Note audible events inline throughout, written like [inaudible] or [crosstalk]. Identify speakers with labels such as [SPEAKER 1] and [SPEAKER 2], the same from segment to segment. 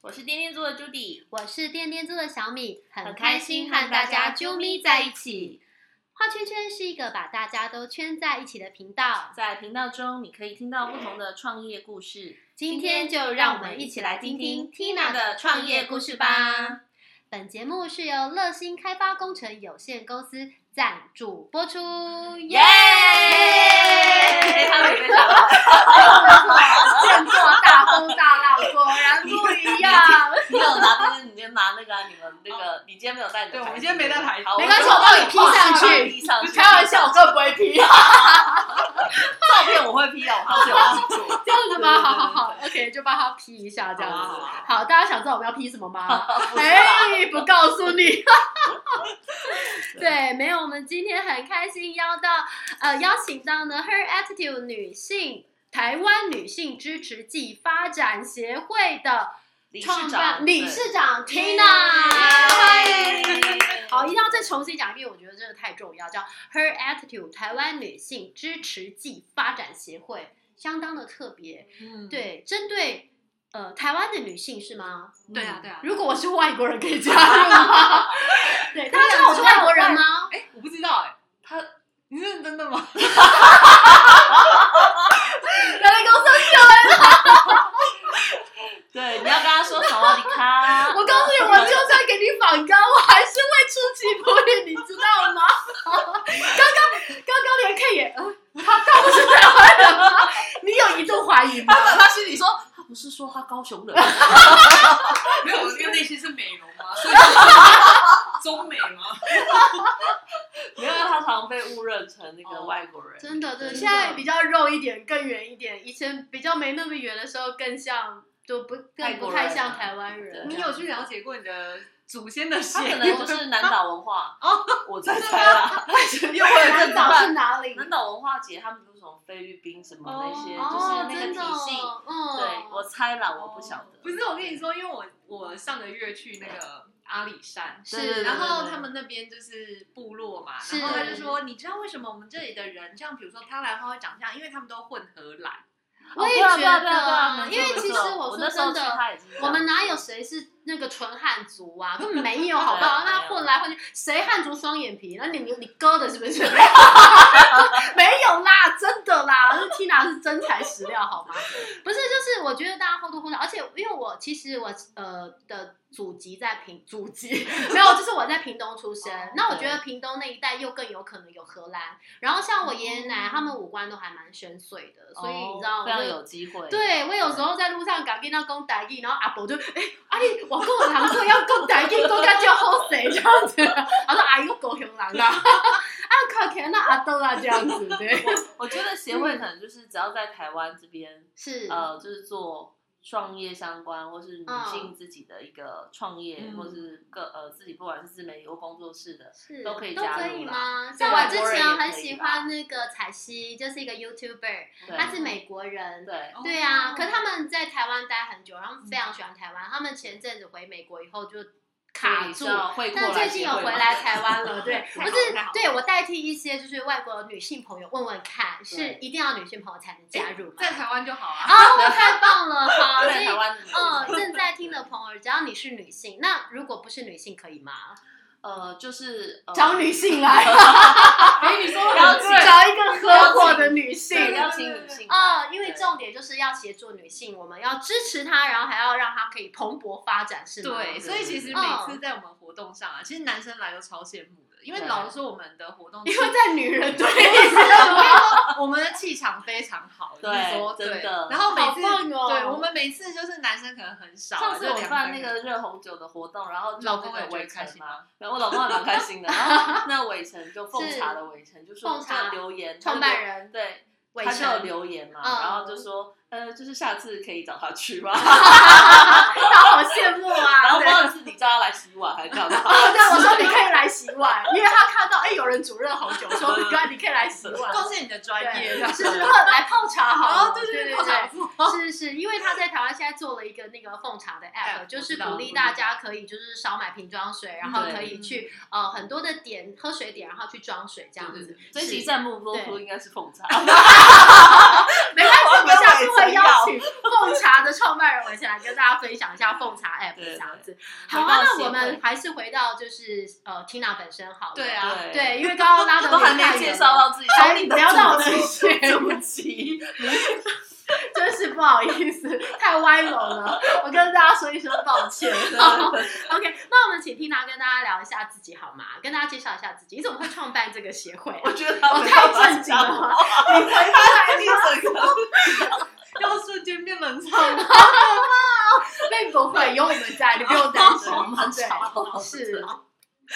[SPEAKER 1] 我是天天猪的 Judy，
[SPEAKER 2] 我是电电猪的小米，很
[SPEAKER 1] 很
[SPEAKER 2] 开
[SPEAKER 1] 开
[SPEAKER 2] 心
[SPEAKER 1] 心
[SPEAKER 2] 和
[SPEAKER 1] 和
[SPEAKER 2] 大
[SPEAKER 1] 大
[SPEAKER 2] 家
[SPEAKER 1] 家
[SPEAKER 2] 啾
[SPEAKER 1] 啾
[SPEAKER 2] 咪
[SPEAKER 1] 咪
[SPEAKER 2] 在
[SPEAKER 1] 在
[SPEAKER 2] 一
[SPEAKER 1] 一
[SPEAKER 2] 起。画圈圈是一个把大家都圈在一起的频道，
[SPEAKER 1] 在频道中你可以听到不同的创业故事。
[SPEAKER 2] 今天就让我们一起来听听 Tina 的创业故事吧。本节目是由乐兴开发工程有限公司赞助播出，耶！
[SPEAKER 1] 非常美非常好
[SPEAKER 2] 见过大风大浪，果然不一 [laughs] 样。
[SPEAKER 1] 你有拿那个，你就拿那个啊，你们那个，你今天没有带你的
[SPEAKER 3] 对
[SPEAKER 1] 牌子。
[SPEAKER 3] 我们今天没带牌子
[SPEAKER 1] 好
[SPEAKER 2] 哦没关系我帮你 P 上去
[SPEAKER 1] ，P 上去。
[SPEAKER 3] 开玩
[SPEAKER 2] [laughs]
[SPEAKER 3] 笑，我根本不会 P，
[SPEAKER 1] 照片我会 P
[SPEAKER 3] 哦
[SPEAKER 1] 的，我上次有记住。
[SPEAKER 2] 这样子吗？好好好，OK，就帮他 P 一下这样
[SPEAKER 3] 好
[SPEAKER 2] 子
[SPEAKER 3] 好。
[SPEAKER 2] 好，大家想知道我们要 P 什么吗？
[SPEAKER 1] 不知道
[SPEAKER 2] 哎，不告诉你。对，没有，我们今天很开心邀到呃邀请到呢 Her Attitude 女性台湾女性支持暨发展协会的
[SPEAKER 1] 理
[SPEAKER 2] 创
[SPEAKER 1] 事
[SPEAKER 2] 办
[SPEAKER 1] 长，
[SPEAKER 2] 理事长
[SPEAKER 1] 对
[SPEAKER 2] Tina，欢迎。
[SPEAKER 1] 耶
[SPEAKER 2] 好，一定要再重新讲一遍，我觉得真的太重要，叫 Her Attitude 台湾女性支持暨发展协会，相当的特别。
[SPEAKER 1] 嗯，
[SPEAKER 2] 对，针对呃台湾的女性是吗？
[SPEAKER 3] 对啊对啊
[SPEAKER 2] 如果我是外国人，可以加入吗？ [laughs] 对，大家知道我是外国人吗？
[SPEAKER 3] 哎，我不知道哎，
[SPEAKER 1] 他
[SPEAKER 3] 你认真的吗？
[SPEAKER 2] 人类公司，
[SPEAKER 1] 对，你要跟他说什么？你看，
[SPEAKER 2] [laughs] 我告诉你，我就算给你反刚，我还是会出其不意，你知道吗？ [laughs] 刚刚刚刚连 K 也，呃他他不是台湾人吗？ [laughs] 你有一度怀疑吗？
[SPEAKER 1] 他心里说，他不是说他高雄人吗，
[SPEAKER 3] 没有，我这个内心是美容 [laughs] 吗？所以就是中美吗？
[SPEAKER 1] [laughs] 没有，他常被误认成那个外国人。
[SPEAKER 2] 真的，真的，
[SPEAKER 1] 真的
[SPEAKER 2] 现在比较肉一点，更圆一点。以前比较没那么圆的时候，更像，就不
[SPEAKER 1] 泰
[SPEAKER 2] 更不
[SPEAKER 1] 国
[SPEAKER 2] 太
[SPEAKER 1] 人
[SPEAKER 2] 像
[SPEAKER 1] 啊
[SPEAKER 2] 台湾人。
[SPEAKER 1] 对
[SPEAKER 3] 你有去了解过你的祖先的血
[SPEAKER 1] 他可
[SPEAKER 3] 缘？
[SPEAKER 1] 能就是南岛文化
[SPEAKER 3] 哦，
[SPEAKER 1] [laughs] 我在猜啦。
[SPEAKER 3] 又会有
[SPEAKER 2] 南
[SPEAKER 3] 这
[SPEAKER 2] 岛是
[SPEAKER 3] 种
[SPEAKER 2] 哪里？
[SPEAKER 1] 南岛文化节他们都是从菲律宾什么那些，
[SPEAKER 3] 哦
[SPEAKER 1] 就是那个
[SPEAKER 2] 真的
[SPEAKER 1] 体系。
[SPEAKER 2] 哦嗯，
[SPEAKER 1] 对，我猜啦，我不晓得。哦
[SPEAKER 3] 不是，我跟你，说，因为我我上个月去那个阿里山，
[SPEAKER 1] 对对
[SPEAKER 2] 是，
[SPEAKER 1] 对
[SPEAKER 3] 然后他们那边就是部落嘛，
[SPEAKER 2] 是
[SPEAKER 3] 然后他就说，你知道为什么我们这里的人，像比如说他兰花会长这样，因为他们都混荷兰，
[SPEAKER 2] 我也
[SPEAKER 1] 哦
[SPEAKER 2] 觉
[SPEAKER 1] 对啊对啊对啊对啊
[SPEAKER 2] 得，
[SPEAKER 1] 没错
[SPEAKER 2] 因为其
[SPEAKER 1] 没
[SPEAKER 2] 实
[SPEAKER 1] 错我
[SPEAKER 2] 说
[SPEAKER 1] 那时候
[SPEAKER 2] 真
[SPEAKER 1] 去
[SPEAKER 2] 的。
[SPEAKER 1] 他也是这样
[SPEAKER 2] 我们哪有谁是那个纯汉族啊？根本没有，好
[SPEAKER 1] [laughs]
[SPEAKER 2] 不好？
[SPEAKER 1] 对
[SPEAKER 2] 那
[SPEAKER 1] 没有
[SPEAKER 2] 混来混去，谁汉族双眼皮？那你你你割的是不是？ [laughs]
[SPEAKER 1] 啊
[SPEAKER 2] 没有啦，真的啦，那 Tina 是真材实料，好吗？不是，就是我觉得大家或多或少，而且因为我其实我呃的祖籍在屏，祖籍没有，就是我在屏东出生
[SPEAKER 3] 哦。
[SPEAKER 2] 那我
[SPEAKER 1] 对
[SPEAKER 2] 觉得屏东那一带又更有可能有荷兰，然后像我爷爷奶奶他们五官都还蛮深邃的，所以你知
[SPEAKER 1] 嗯
[SPEAKER 2] 道
[SPEAKER 1] 哦
[SPEAKER 2] 我
[SPEAKER 1] 非常
[SPEAKER 2] 就
[SPEAKER 1] 有机会。
[SPEAKER 2] 对，我有时候在路上赶跟他讲台语，然后阿伯就哎、阿你我跟我堂说要讲台语，讲到叫好谁这样子，他说哎阿姨我狗熊人啦，啊靠，看那阿豆啊这样子，对，
[SPEAKER 1] 我觉得协会可能就是只要在台湾这边，
[SPEAKER 2] [laughs] 嗯是
[SPEAKER 1] 呃，就是做创业相关，或是女
[SPEAKER 2] 嗯
[SPEAKER 1] 性自己的一个创业，
[SPEAKER 3] 嗯
[SPEAKER 1] 或是各呃自己不管是自媒体或工作室的，
[SPEAKER 2] 是
[SPEAKER 1] 都可以
[SPEAKER 2] 都
[SPEAKER 1] 加
[SPEAKER 2] 可
[SPEAKER 1] 入
[SPEAKER 2] 以
[SPEAKER 1] 啦
[SPEAKER 2] 吗？
[SPEAKER 1] 对
[SPEAKER 2] 像我
[SPEAKER 1] 外
[SPEAKER 2] 之
[SPEAKER 1] 国人
[SPEAKER 2] 前
[SPEAKER 1] 也可
[SPEAKER 2] 很
[SPEAKER 1] 以
[SPEAKER 2] 喜
[SPEAKER 1] 吧
[SPEAKER 2] 欢那个彩西，就是一个 YouTuber，
[SPEAKER 1] 对
[SPEAKER 2] 她是美国人，
[SPEAKER 1] 对，
[SPEAKER 3] 哦
[SPEAKER 2] 对啊，可是他
[SPEAKER 3] 们
[SPEAKER 2] 们在台湾待很久，然后他们非常
[SPEAKER 3] 嗯
[SPEAKER 2] 喜欢台湾。他们前阵子回美国以后就卡住
[SPEAKER 1] 所以你知，道会过
[SPEAKER 2] 但
[SPEAKER 1] 来
[SPEAKER 2] 最近有回来台湾了，对，
[SPEAKER 3] 太
[SPEAKER 2] 不
[SPEAKER 3] 好
[SPEAKER 2] 是
[SPEAKER 3] 太好
[SPEAKER 2] 对我代替一些就是外国女性朋友问问看，是
[SPEAKER 1] 对
[SPEAKER 2] 一定要女性朋友才能加入吗？
[SPEAKER 3] 在台湾就好啊。
[SPEAKER 1] [laughs]
[SPEAKER 2] 啊，我太棒了，好，所
[SPEAKER 1] 在
[SPEAKER 2] 以
[SPEAKER 1] 台湾的女
[SPEAKER 2] 嗯，
[SPEAKER 1] 生
[SPEAKER 2] 正在听的朋友，只要你是女性，那如果不是女性可以吗？
[SPEAKER 1] 呃，就是呃
[SPEAKER 2] 找女性来，
[SPEAKER 3] [laughs] 哎，
[SPEAKER 1] [laughs]
[SPEAKER 3] 你说的
[SPEAKER 1] 然
[SPEAKER 3] 很
[SPEAKER 1] 后
[SPEAKER 3] 对，
[SPEAKER 2] 找一个合伙的女
[SPEAKER 1] 对
[SPEAKER 2] 性。
[SPEAKER 1] 邀请女性
[SPEAKER 2] 哦，因为
[SPEAKER 1] 对
[SPEAKER 2] 重点就是要协助女性，我们要支持她，然后还要让她可以蓬勃发展，是吗？嗯
[SPEAKER 3] 对，所以其实每次在我们活动上啊，其实男生来都超羡慕的，因为
[SPEAKER 1] 对
[SPEAKER 3] 老实说，我们的活动
[SPEAKER 2] 因为在女人堆里，
[SPEAKER 3] 我们的气场非常好，
[SPEAKER 1] 对
[SPEAKER 3] 就是说
[SPEAKER 1] 真
[SPEAKER 3] 对
[SPEAKER 1] 的
[SPEAKER 3] 然后每次、
[SPEAKER 2] 好棒哦
[SPEAKER 3] 对，我们每次就是男生可能很少，啊
[SPEAKER 1] 上次
[SPEAKER 3] 就
[SPEAKER 1] 我
[SPEAKER 3] 两
[SPEAKER 1] 办
[SPEAKER 3] 三
[SPEAKER 1] 那
[SPEAKER 3] 人
[SPEAKER 1] 个热红酒的活动，然后就
[SPEAKER 3] 老公
[SPEAKER 1] 那个
[SPEAKER 3] 也觉得
[SPEAKER 1] 伟
[SPEAKER 3] 开
[SPEAKER 1] 成
[SPEAKER 3] 心
[SPEAKER 1] 嘛
[SPEAKER 3] 吗，
[SPEAKER 1] 然后我老公也蛮开心的。然后那伟成就奉茶的伟成就说
[SPEAKER 2] 奉茶
[SPEAKER 1] 就留言
[SPEAKER 2] 创办，人
[SPEAKER 1] 他就对，
[SPEAKER 2] 伟
[SPEAKER 1] 他就有
[SPEAKER 2] 成，
[SPEAKER 1] 留言嘛，
[SPEAKER 2] 嗯
[SPEAKER 1] 然后就说呃，就是下次可以找他去吗？
[SPEAKER 2] 他好羡慕啊！
[SPEAKER 1] 然后不知
[SPEAKER 2] 对
[SPEAKER 1] 道是你叫他来洗碗还是干
[SPEAKER 2] [laughs]
[SPEAKER 1] 嘛？
[SPEAKER 2] 哦，对，我说你可以来洗碗，因为他看到哎有人煮热红酒，说哥你可以来洗碗，
[SPEAKER 3] 贡献你的专业，
[SPEAKER 2] [laughs] 对，是是，来泡茶好了，
[SPEAKER 3] 对
[SPEAKER 2] 对
[SPEAKER 3] 对
[SPEAKER 2] 对，
[SPEAKER 3] 对，
[SPEAKER 2] 是是，因为他在台湾现在做了一个那个奉茶的 app，
[SPEAKER 1] app，
[SPEAKER 2] 就是
[SPEAKER 1] 我知道
[SPEAKER 2] 鼓励大家可以就是少买瓶装水，然后
[SPEAKER 1] 对
[SPEAKER 2] 可以去呃很多的点喝水点，然后去装水这样子。
[SPEAKER 1] 这
[SPEAKER 2] 是
[SPEAKER 1] 期赞不多出应该是奉茶，
[SPEAKER 2] [laughs] 没关系，我们下次
[SPEAKER 4] 我要买
[SPEAKER 2] 会邀
[SPEAKER 4] 中药
[SPEAKER 2] 请奉
[SPEAKER 1] [laughs]
[SPEAKER 2] 茶的创办人我一起来跟大家分享一下奉茶 app
[SPEAKER 1] 对
[SPEAKER 2] 这
[SPEAKER 1] 对
[SPEAKER 2] 样子。
[SPEAKER 1] 回
[SPEAKER 2] 好
[SPEAKER 1] 到
[SPEAKER 2] 啊，那
[SPEAKER 1] 协
[SPEAKER 2] 我们
[SPEAKER 1] 会
[SPEAKER 2] 还是回到就是呃 Tina 本身好了。
[SPEAKER 3] 对啊，
[SPEAKER 2] 对，因为刚刚拉的
[SPEAKER 1] [laughs] 都还没介绍到自己，
[SPEAKER 2] 还
[SPEAKER 1] 从你的
[SPEAKER 2] 聊到我
[SPEAKER 1] 主
[SPEAKER 2] 情绪，
[SPEAKER 1] 主题，
[SPEAKER 2] 真是不好意思，太歪楼了，我跟大家说一声抱歉。OK，那我们请 Tina 跟大家聊一下自己好吗？跟大家介绍一下自己，你怎么会创办这个协会啊、
[SPEAKER 4] 我觉得
[SPEAKER 2] 我
[SPEAKER 4] 他们要把
[SPEAKER 2] 太震
[SPEAKER 4] 它
[SPEAKER 2] 惊
[SPEAKER 4] 讲
[SPEAKER 2] 了
[SPEAKER 4] 完，
[SPEAKER 1] [laughs]
[SPEAKER 2] 吗？
[SPEAKER 4] 你回答你整个
[SPEAKER 2] 嗯
[SPEAKER 3] [laughs] 要瞬间变冷场了。 [laughs]
[SPEAKER 2] 并不会，有我们在，你不用担心。
[SPEAKER 1] 我们很
[SPEAKER 2] 对
[SPEAKER 1] 吵
[SPEAKER 2] 是。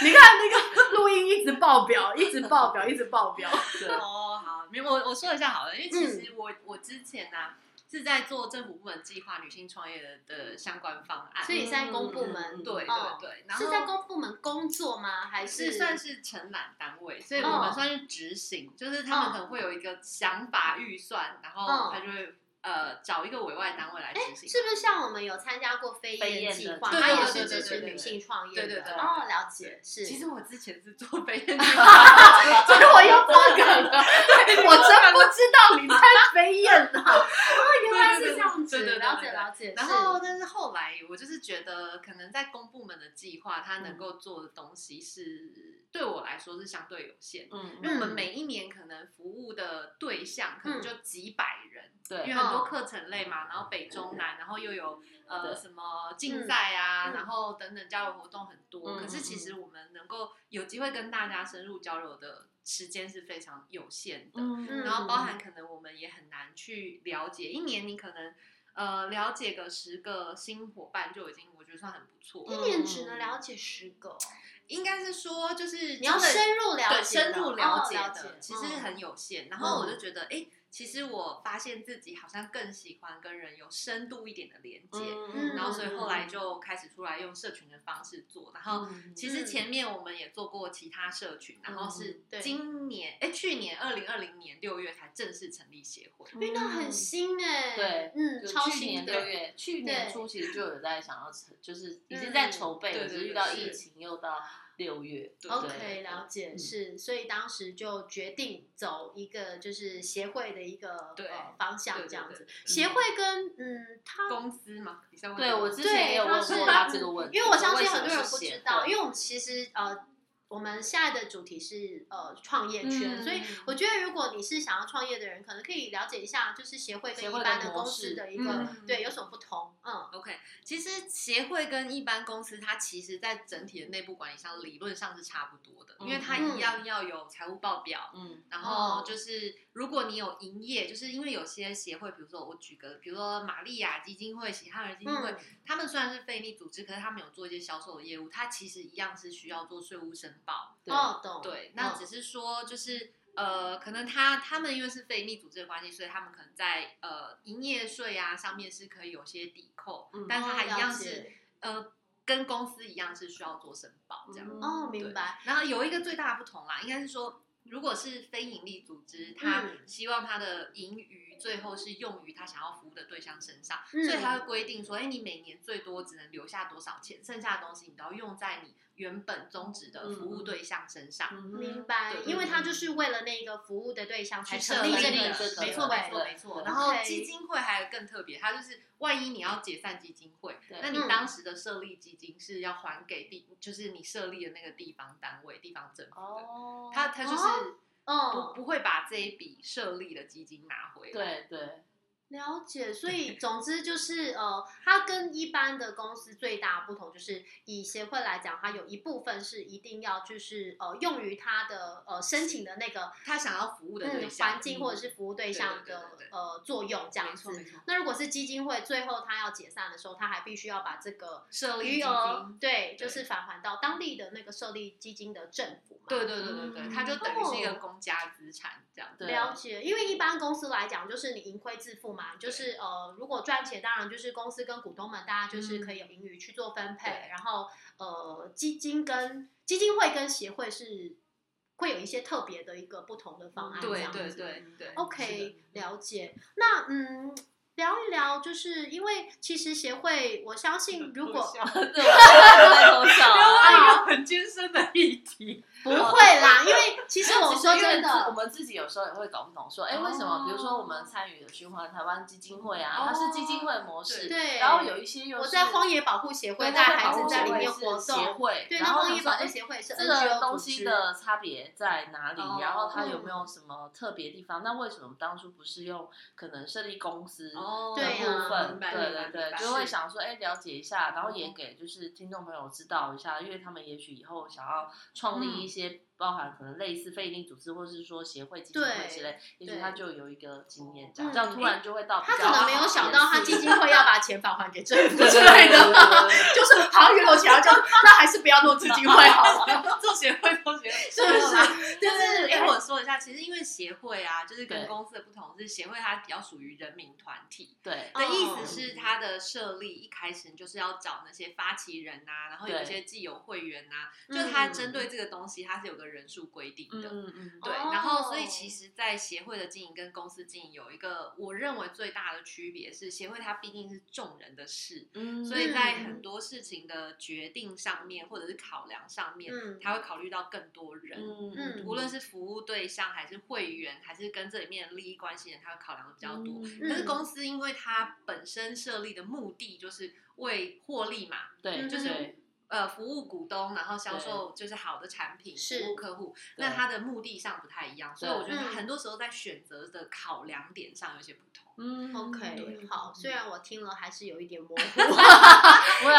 [SPEAKER 2] 你看那个录音一直爆表，一直爆表，一直爆表。
[SPEAKER 1] 对
[SPEAKER 3] 哦，好，没有我我说一下好了，因
[SPEAKER 2] 嗯
[SPEAKER 3] 为其实我、我之前呢、啊、是在做政府部门计划女性创业的的相关方案，
[SPEAKER 2] 所以你现在公部门
[SPEAKER 3] 对
[SPEAKER 2] [laughs]
[SPEAKER 3] 嗯对
[SPEAKER 2] 哦
[SPEAKER 3] 对，然后
[SPEAKER 2] 是在公部门工作吗？还
[SPEAKER 3] 是
[SPEAKER 2] 是
[SPEAKER 3] 算是承揽单位，所以我
[SPEAKER 2] 嗯
[SPEAKER 3] 们算是执行，就是他们可能会有一个想法预算，然后他就会、呃找一个委外单位来执行。
[SPEAKER 2] 是不是像我们有参加过飞
[SPEAKER 1] 飞
[SPEAKER 2] 燕
[SPEAKER 1] 燕
[SPEAKER 2] 计
[SPEAKER 1] 的
[SPEAKER 2] 划，
[SPEAKER 1] 对
[SPEAKER 2] 它
[SPEAKER 1] 对
[SPEAKER 2] 也
[SPEAKER 1] 对
[SPEAKER 2] 是
[SPEAKER 1] 对
[SPEAKER 2] 支
[SPEAKER 1] 对
[SPEAKER 2] 持
[SPEAKER 1] 对
[SPEAKER 2] 女
[SPEAKER 1] 对
[SPEAKER 2] 性创业的？
[SPEAKER 3] 对对对
[SPEAKER 2] 哦，了解，是。
[SPEAKER 3] 其
[SPEAKER 2] 其
[SPEAKER 3] 实
[SPEAKER 2] 实
[SPEAKER 3] 我之前是做飞燕
[SPEAKER 2] [laughs] 我又破梗了，我真不知道你在飞燕呐。哦，原来是这样
[SPEAKER 3] 对
[SPEAKER 2] 子，
[SPEAKER 3] 对对对对对
[SPEAKER 2] 了解了解。嗯
[SPEAKER 3] 然后，但是后来我就是觉得，可能在公部门的计划，它能够做的东西是、对我来说是相对有限。因
[SPEAKER 1] 嗯，
[SPEAKER 3] 为我们每一年可能服务的对象可能就几百人，因为
[SPEAKER 1] 对，
[SPEAKER 3] 很多课程类嘛，然后北中南，然后又有呃
[SPEAKER 1] 对
[SPEAKER 3] 什么竞赛啊，
[SPEAKER 2] 嗯嗯
[SPEAKER 3] 然后等等交流活动很多。
[SPEAKER 1] 嗯
[SPEAKER 3] 可是其实我们能够有机会跟大家深入交流的时间是非常有限的，
[SPEAKER 1] 嗯
[SPEAKER 3] 然后包含可能我们也很难去了解，一年你可能呃了解个十个新伙伴就已经我觉得算很不错。
[SPEAKER 1] 嗯
[SPEAKER 2] 一年只能了解十个，
[SPEAKER 3] 应该是说就是
[SPEAKER 2] 你要
[SPEAKER 3] 真的
[SPEAKER 2] 深入了
[SPEAKER 3] 对
[SPEAKER 2] 解的，
[SPEAKER 3] 深入
[SPEAKER 2] 了
[SPEAKER 3] 了解
[SPEAKER 2] 解
[SPEAKER 3] 的，其实很有限。然
[SPEAKER 1] 嗯
[SPEAKER 3] 后我就觉得，哎，其实我发现自己好像更喜欢跟人有深度一点的连接，
[SPEAKER 2] 嗯
[SPEAKER 3] 然后所以后来就开始出来用社群的方式做，然后。其实前面我们也做过其他社群，然后是
[SPEAKER 2] 嗯对
[SPEAKER 3] 今年哎、去年二零二零年六月才正式成立协会。
[SPEAKER 2] 运动很新哎，
[SPEAKER 1] 对
[SPEAKER 2] 嗯，
[SPEAKER 1] 就
[SPEAKER 2] 超
[SPEAKER 1] 嗯去
[SPEAKER 2] 新
[SPEAKER 1] 年
[SPEAKER 2] 的
[SPEAKER 1] 六月，去年
[SPEAKER 2] 对
[SPEAKER 1] 初其实就有在想要成，就是已经在筹备
[SPEAKER 3] 嗯
[SPEAKER 1] 了，
[SPEAKER 3] 对
[SPEAKER 1] 只
[SPEAKER 3] 对
[SPEAKER 1] 是
[SPEAKER 3] 对
[SPEAKER 1] 遇到
[SPEAKER 3] 是
[SPEAKER 1] 疫情又到六月。
[SPEAKER 3] 对
[SPEAKER 2] OK，
[SPEAKER 1] 对
[SPEAKER 2] 了解
[SPEAKER 1] 嗯
[SPEAKER 2] 是，所以当时就决定走一个就是协会的一个
[SPEAKER 3] 对
[SPEAKER 2] 呃方向
[SPEAKER 3] 对
[SPEAKER 2] 这样
[SPEAKER 3] 对
[SPEAKER 2] 子。
[SPEAKER 3] 对
[SPEAKER 2] 协会跟嗯，他
[SPEAKER 3] 公司嘛，你像
[SPEAKER 1] 对我之
[SPEAKER 2] 对
[SPEAKER 1] 前也有问
[SPEAKER 2] 它是
[SPEAKER 1] 过他这个问题，
[SPEAKER 2] 因为我相信很多人
[SPEAKER 1] 为什
[SPEAKER 2] 不
[SPEAKER 1] 么是协
[SPEAKER 2] 知道，
[SPEAKER 1] 会
[SPEAKER 2] 因为我们其实呃，我们现在的主题是呃创业圈，所
[SPEAKER 3] 嗯
[SPEAKER 2] 以我觉得如果你是想要创业的人，可能可以了解一下，就是协会跟
[SPEAKER 1] 协
[SPEAKER 2] 一
[SPEAKER 1] 会的
[SPEAKER 2] 般的
[SPEAKER 1] 模
[SPEAKER 2] 公司
[SPEAKER 1] 式
[SPEAKER 2] 的一个、
[SPEAKER 3] 嗯
[SPEAKER 2] 对有什么不同，嗯
[SPEAKER 3] OK，其实协会跟一般公司，它其实在整体的内部管理上，理论上是差不多的，因为它
[SPEAKER 2] 嗯
[SPEAKER 3] 一样要有财务报表。
[SPEAKER 1] 嗯
[SPEAKER 3] 然
[SPEAKER 2] 哦
[SPEAKER 3] 后就是，如果你有营业，就是因为有些协会，比如说我举个，比如说玛利亚基金会、喜汉人基金会，
[SPEAKER 2] 嗯
[SPEAKER 3] 他们虽然是非利组织，可是他们有做一些销售的业务，它其实一样是需要做税务申报。
[SPEAKER 1] 对
[SPEAKER 2] 哦懂
[SPEAKER 3] 对，那
[SPEAKER 2] 嗯
[SPEAKER 3] 只是说就是。呃，可能他他们因为是非利组织的关系，所以他们可能在呃营业税啊上面是可以有些抵扣，
[SPEAKER 1] 嗯
[SPEAKER 3] 但它
[SPEAKER 2] 哦
[SPEAKER 3] 还一
[SPEAKER 2] 了
[SPEAKER 3] 样
[SPEAKER 2] 解
[SPEAKER 3] 是呃跟公司一样是需要做申报这样。
[SPEAKER 1] 嗯
[SPEAKER 2] 哦
[SPEAKER 3] 对
[SPEAKER 2] 明白，
[SPEAKER 3] 然后有一个最大的不同啦，应该是说，如果是非盈利组织，他
[SPEAKER 2] 嗯
[SPEAKER 3] 希望他的盈余最后是用于他想要服务的对象身上，
[SPEAKER 2] 嗯
[SPEAKER 3] 所以他会规定说，哎，你每年最多只能留下多少钱，剩下的东西你都要用在你原本宗旨的服务对象身上。
[SPEAKER 1] 嗯
[SPEAKER 2] 明白，
[SPEAKER 3] 对嗯
[SPEAKER 2] 因为他就是为了那个服务的对象才
[SPEAKER 3] 去
[SPEAKER 2] 成
[SPEAKER 3] 设
[SPEAKER 2] 立这
[SPEAKER 3] 立
[SPEAKER 1] 这
[SPEAKER 2] 个
[SPEAKER 1] 个
[SPEAKER 2] 协会，
[SPEAKER 3] 没错没错
[SPEAKER 1] 对
[SPEAKER 3] 没错。
[SPEAKER 1] 对
[SPEAKER 3] 然后
[SPEAKER 2] OK
[SPEAKER 3] 基金会还有更特别，它就是万一你要解散基金会
[SPEAKER 1] 对，
[SPEAKER 3] 那你
[SPEAKER 2] 嗯
[SPEAKER 3] 当时的设立基金是要还给地，就是你设立的那个地方单位、地方政府的。
[SPEAKER 1] 哦，
[SPEAKER 3] 它它就是
[SPEAKER 2] 哦嗯，
[SPEAKER 3] 不不会把这一笔设立的基金拿回来。
[SPEAKER 1] 对
[SPEAKER 3] [laughs]
[SPEAKER 1] 对， [laughs]
[SPEAKER 2] 了解，所以总之就是呃，它跟一般的公司最大的不同就是，以协会来讲，它有一部分是一定要就是呃用于它的呃申请的那个
[SPEAKER 3] 他想要服务的对
[SPEAKER 2] 嗯
[SPEAKER 3] 象嗯
[SPEAKER 2] 环境或者是服务对象
[SPEAKER 3] 对对
[SPEAKER 2] 的
[SPEAKER 3] 对对对
[SPEAKER 2] 呃作用这样
[SPEAKER 3] 没错
[SPEAKER 2] 子
[SPEAKER 3] 没。错，
[SPEAKER 2] 那如果是基金会，最后它要解散的时候，它还必须要把这个
[SPEAKER 3] 设立基
[SPEAKER 2] 余额
[SPEAKER 3] 金。
[SPEAKER 2] 对，
[SPEAKER 3] 对
[SPEAKER 2] 就是返还到当地的那个设立基金的政府嘛。
[SPEAKER 3] 对对对对对，
[SPEAKER 1] 嗯
[SPEAKER 3] 它就等于是一个公家资产这样子。
[SPEAKER 1] 对
[SPEAKER 2] 哦了解，因为一般公司来讲，就是你盈亏自负嘛，就是呃，如果赚钱，当然就是公司跟股东们大家就是可以有盈余去做分配，
[SPEAKER 3] 对
[SPEAKER 2] 然后呃，基金跟基金会跟协会是会有一些特别的一个不同的方案，这
[SPEAKER 3] 嗯对嗯
[SPEAKER 2] 样子
[SPEAKER 3] 对对对
[SPEAKER 2] OK，
[SPEAKER 3] 是的
[SPEAKER 2] 了解。那嗯，聊一聊，就是因为其实协会，我相信
[SPEAKER 3] [laughs]
[SPEAKER 2] 如果 [laughs] 哎
[SPEAKER 1] 真的在偷笑啊。
[SPEAKER 2] 啊
[SPEAKER 3] 一个很艰深的议题，
[SPEAKER 2] 不会啦，因为其实我说
[SPEAKER 1] 因为
[SPEAKER 2] 真
[SPEAKER 1] 自我
[SPEAKER 2] 的，
[SPEAKER 1] 们自己有时候也会搞不懂，说，哎，为什
[SPEAKER 3] 哦
[SPEAKER 1] 么？比如说我们参与的循环台湾基金会啊，
[SPEAKER 3] 哦
[SPEAKER 1] 它是基金会模式，
[SPEAKER 2] 对
[SPEAKER 1] 然后有一些又是
[SPEAKER 2] 我在荒野保护协会
[SPEAKER 1] 对
[SPEAKER 2] 带孩
[SPEAKER 1] 保
[SPEAKER 2] 子
[SPEAKER 1] 护
[SPEAKER 2] 在里
[SPEAKER 1] 协
[SPEAKER 2] 面
[SPEAKER 1] 会是
[SPEAKER 2] 活
[SPEAKER 1] 协
[SPEAKER 2] 动，
[SPEAKER 1] 会，
[SPEAKER 2] 对，
[SPEAKER 1] 然
[SPEAKER 2] 那
[SPEAKER 1] 后
[SPEAKER 2] 荒
[SPEAKER 1] 你
[SPEAKER 2] 野
[SPEAKER 1] 说
[SPEAKER 2] 保护
[SPEAKER 1] 哎
[SPEAKER 2] 协会是
[SPEAKER 1] 这个
[SPEAKER 2] NGO
[SPEAKER 1] 东
[SPEAKER 2] 组
[SPEAKER 1] 西
[SPEAKER 2] 织，嗯
[SPEAKER 1] 的差别在哪里
[SPEAKER 3] 哦？
[SPEAKER 1] 然后它有没有什么特别地方？那为什么当初不是用可能设立公司？
[SPEAKER 3] 哦
[SPEAKER 1] 的
[SPEAKER 2] 对啊
[SPEAKER 1] 部分，
[SPEAKER 3] 明白
[SPEAKER 1] 对
[SPEAKER 3] 明白
[SPEAKER 1] 对对，
[SPEAKER 3] 明白
[SPEAKER 1] 就会
[SPEAKER 3] 是
[SPEAKER 1] 想说，哎，了解一下，然后
[SPEAKER 2] 嗯
[SPEAKER 1] 也给就是听众朋友知道一下，因为他们也许以后想要创立
[SPEAKER 2] 嗯
[SPEAKER 1] 一些包含可能类似非营利组织或是说协会、基金会
[SPEAKER 2] 对
[SPEAKER 1] 之类，也许
[SPEAKER 2] 对
[SPEAKER 1] 他就有一个经验，这样
[SPEAKER 2] 嗯
[SPEAKER 1] 这样突然就会到比
[SPEAKER 2] 他
[SPEAKER 1] 较
[SPEAKER 2] 可能没有想到他
[SPEAKER 1] 严肃
[SPEAKER 2] 基金会要把钱返还
[SPEAKER 1] [laughs]
[SPEAKER 2] 给政府
[SPEAKER 1] 对
[SPEAKER 2] 之
[SPEAKER 1] 对
[SPEAKER 2] 类
[SPEAKER 1] 对
[SPEAKER 2] 的，
[SPEAKER 1] 对对
[SPEAKER 2] 就是好像源头起来就，那还是不要弄基
[SPEAKER 1] [laughs]
[SPEAKER 2] 金会好了。
[SPEAKER 3] 做协会做协会，
[SPEAKER 2] 是不是？就
[SPEAKER 3] 就是
[SPEAKER 2] 是
[SPEAKER 3] 哎，我说一下，其实因为协会啊，就是
[SPEAKER 1] 对
[SPEAKER 3] 跟公司的不同，是协会它比较属于人民团体。
[SPEAKER 1] [laughs] 对
[SPEAKER 3] 的意
[SPEAKER 2] 哦
[SPEAKER 3] 思是，它的设立一开始就是要找那些发起人呐、然后有
[SPEAKER 1] 对
[SPEAKER 3] 一些既有会员呐、
[SPEAKER 2] 嗯
[SPEAKER 3] 就它针对这个东西，它是有个人数规定的。
[SPEAKER 1] 嗯嗯
[SPEAKER 3] 对，
[SPEAKER 2] 哦
[SPEAKER 3] 然后所以其实，在协会的经营跟公司经营有一个我认为最大的区别是，协会它毕竟是众人的事，
[SPEAKER 1] 嗯，
[SPEAKER 3] 所以在很多事情的决定上面或者是考量上面，
[SPEAKER 2] 嗯
[SPEAKER 3] 它会考虑到更多人，
[SPEAKER 1] 嗯
[SPEAKER 2] 嗯
[SPEAKER 3] 无论是服务对象还是会员，还是跟这里面的利益关系人，它会考量的比较多。可是
[SPEAKER 2] 嗯
[SPEAKER 3] 公司因为它本身设立的目的就是为获利嘛，
[SPEAKER 1] 对，
[SPEAKER 2] 就是
[SPEAKER 1] 对
[SPEAKER 3] 呃，服务股东，然后销售就是好的产品，
[SPEAKER 2] 是
[SPEAKER 3] 服务客户，
[SPEAKER 1] 对
[SPEAKER 3] 那它的目的上不太一样，所以
[SPEAKER 1] 对
[SPEAKER 3] 我觉得
[SPEAKER 2] 嗯
[SPEAKER 3] 很多时候在选择的考量点上有些不同。
[SPEAKER 1] 嗯
[SPEAKER 2] OK，好，虽然我听了还是有一点模糊，
[SPEAKER 1] 但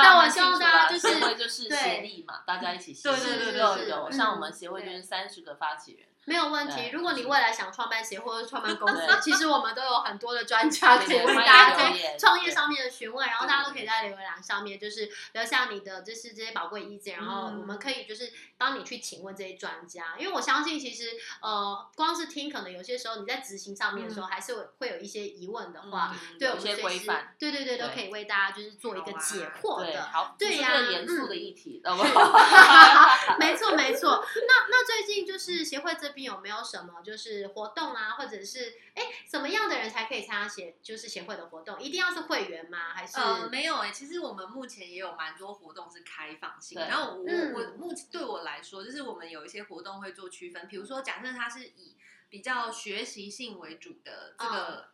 [SPEAKER 2] 但我希望大家就是
[SPEAKER 1] 会就是
[SPEAKER 2] 对
[SPEAKER 1] 协力嘛，大家一起协
[SPEAKER 3] 对
[SPEAKER 1] 力
[SPEAKER 3] 对对
[SPEAKER 1] 就
[SPEAKER 3] 对
[SPEAKER 1] 有。
[SPEAKER 2] 嗯
[SPEAKER 1] 像我们协会就
[SPEAKER 3] 对
[SPEAKER 1] 是三十个发起人，
[SPEAKER 2] 没有问题。
[SPEAKER 1] 对
[SPEAKER 2] 如果你未来想创办协或者创办公司
[SPEAKER 1] 对，
[SPEAKER 2] 其实我们都有很多的专家可以
[SPEAKER 1] 对
[SPEAKER 2] 为
[SPEAKER 1] 欢迎
[SPEAKER 2] 大
[SPEAKER 1] 留
[SPEAKER 2] 家在
[SPEAKER 1] 言
[SPEAKER 2] 创业
[SPEAKER 1] 对
[SPEAKER 2] 上面的询问，然后大家
[SPEAKER 1] 对
[SPEAKER 2] 都可以在留言栏上面就是留下你的就是这些宝贵意见，然后
[SPEAKER 3] 嗯
[SPEAKER 2] 我们可以就是帮你去请问这些专家，因为我相信其实呃，光是听可能有些时候你在执行上面的时候还是会会有一些疑问的话，
[SPEAKER 1] 嗯
[SPEAKER 2] 对，
[SPEAKER 1] 有
[SPEAKER 2] 我
[SPEAKER 1] 一
[SPEAKER 2] 们
[SPEAKER 1] 些
[SPEAKER 2] 随
[SPEAKER 1] 规
[SPEAKER 2] 时
[SPEAKER 1] 范，，
[SPEAKER 2] 对对对，都
[SPEAKER 1] 对
[SPEAKER 2] 可以为大家就是做一个
[SPEAKER 3] 好啊
[SPEAKER 2] 解惑
[SPEAKER 1] 对，
[SPEAKER 2] 的。
[SPEAKER 1] 好，
[SPEAKER 2] 对
[SPEAKER 1] 这
[SPEAKER 2] 呀嗯
[SPEAKER 1] 是个严肃的议题，哦懂吗？ [laughs]
[SPEAKER 2] [laughs] 没错没错，那那最近就是协会这边有没有什么就是活动啊，或者是哎什么样的人才可以参加协就是协会的活动？一定要是会员吗？还是、
[SPEAKER 3] 呃，没有哎、其实我们目前也有蛮多活动是开放性的。
[SPEAKER 1] 对
[SPEAKER 3] 然后我、
[SPEAKER 2] 嗯
[SPEAKER 3] 我目前对我来说，就是我们有一些活动会做区分，比如说假设它是以比较学习性为主的这个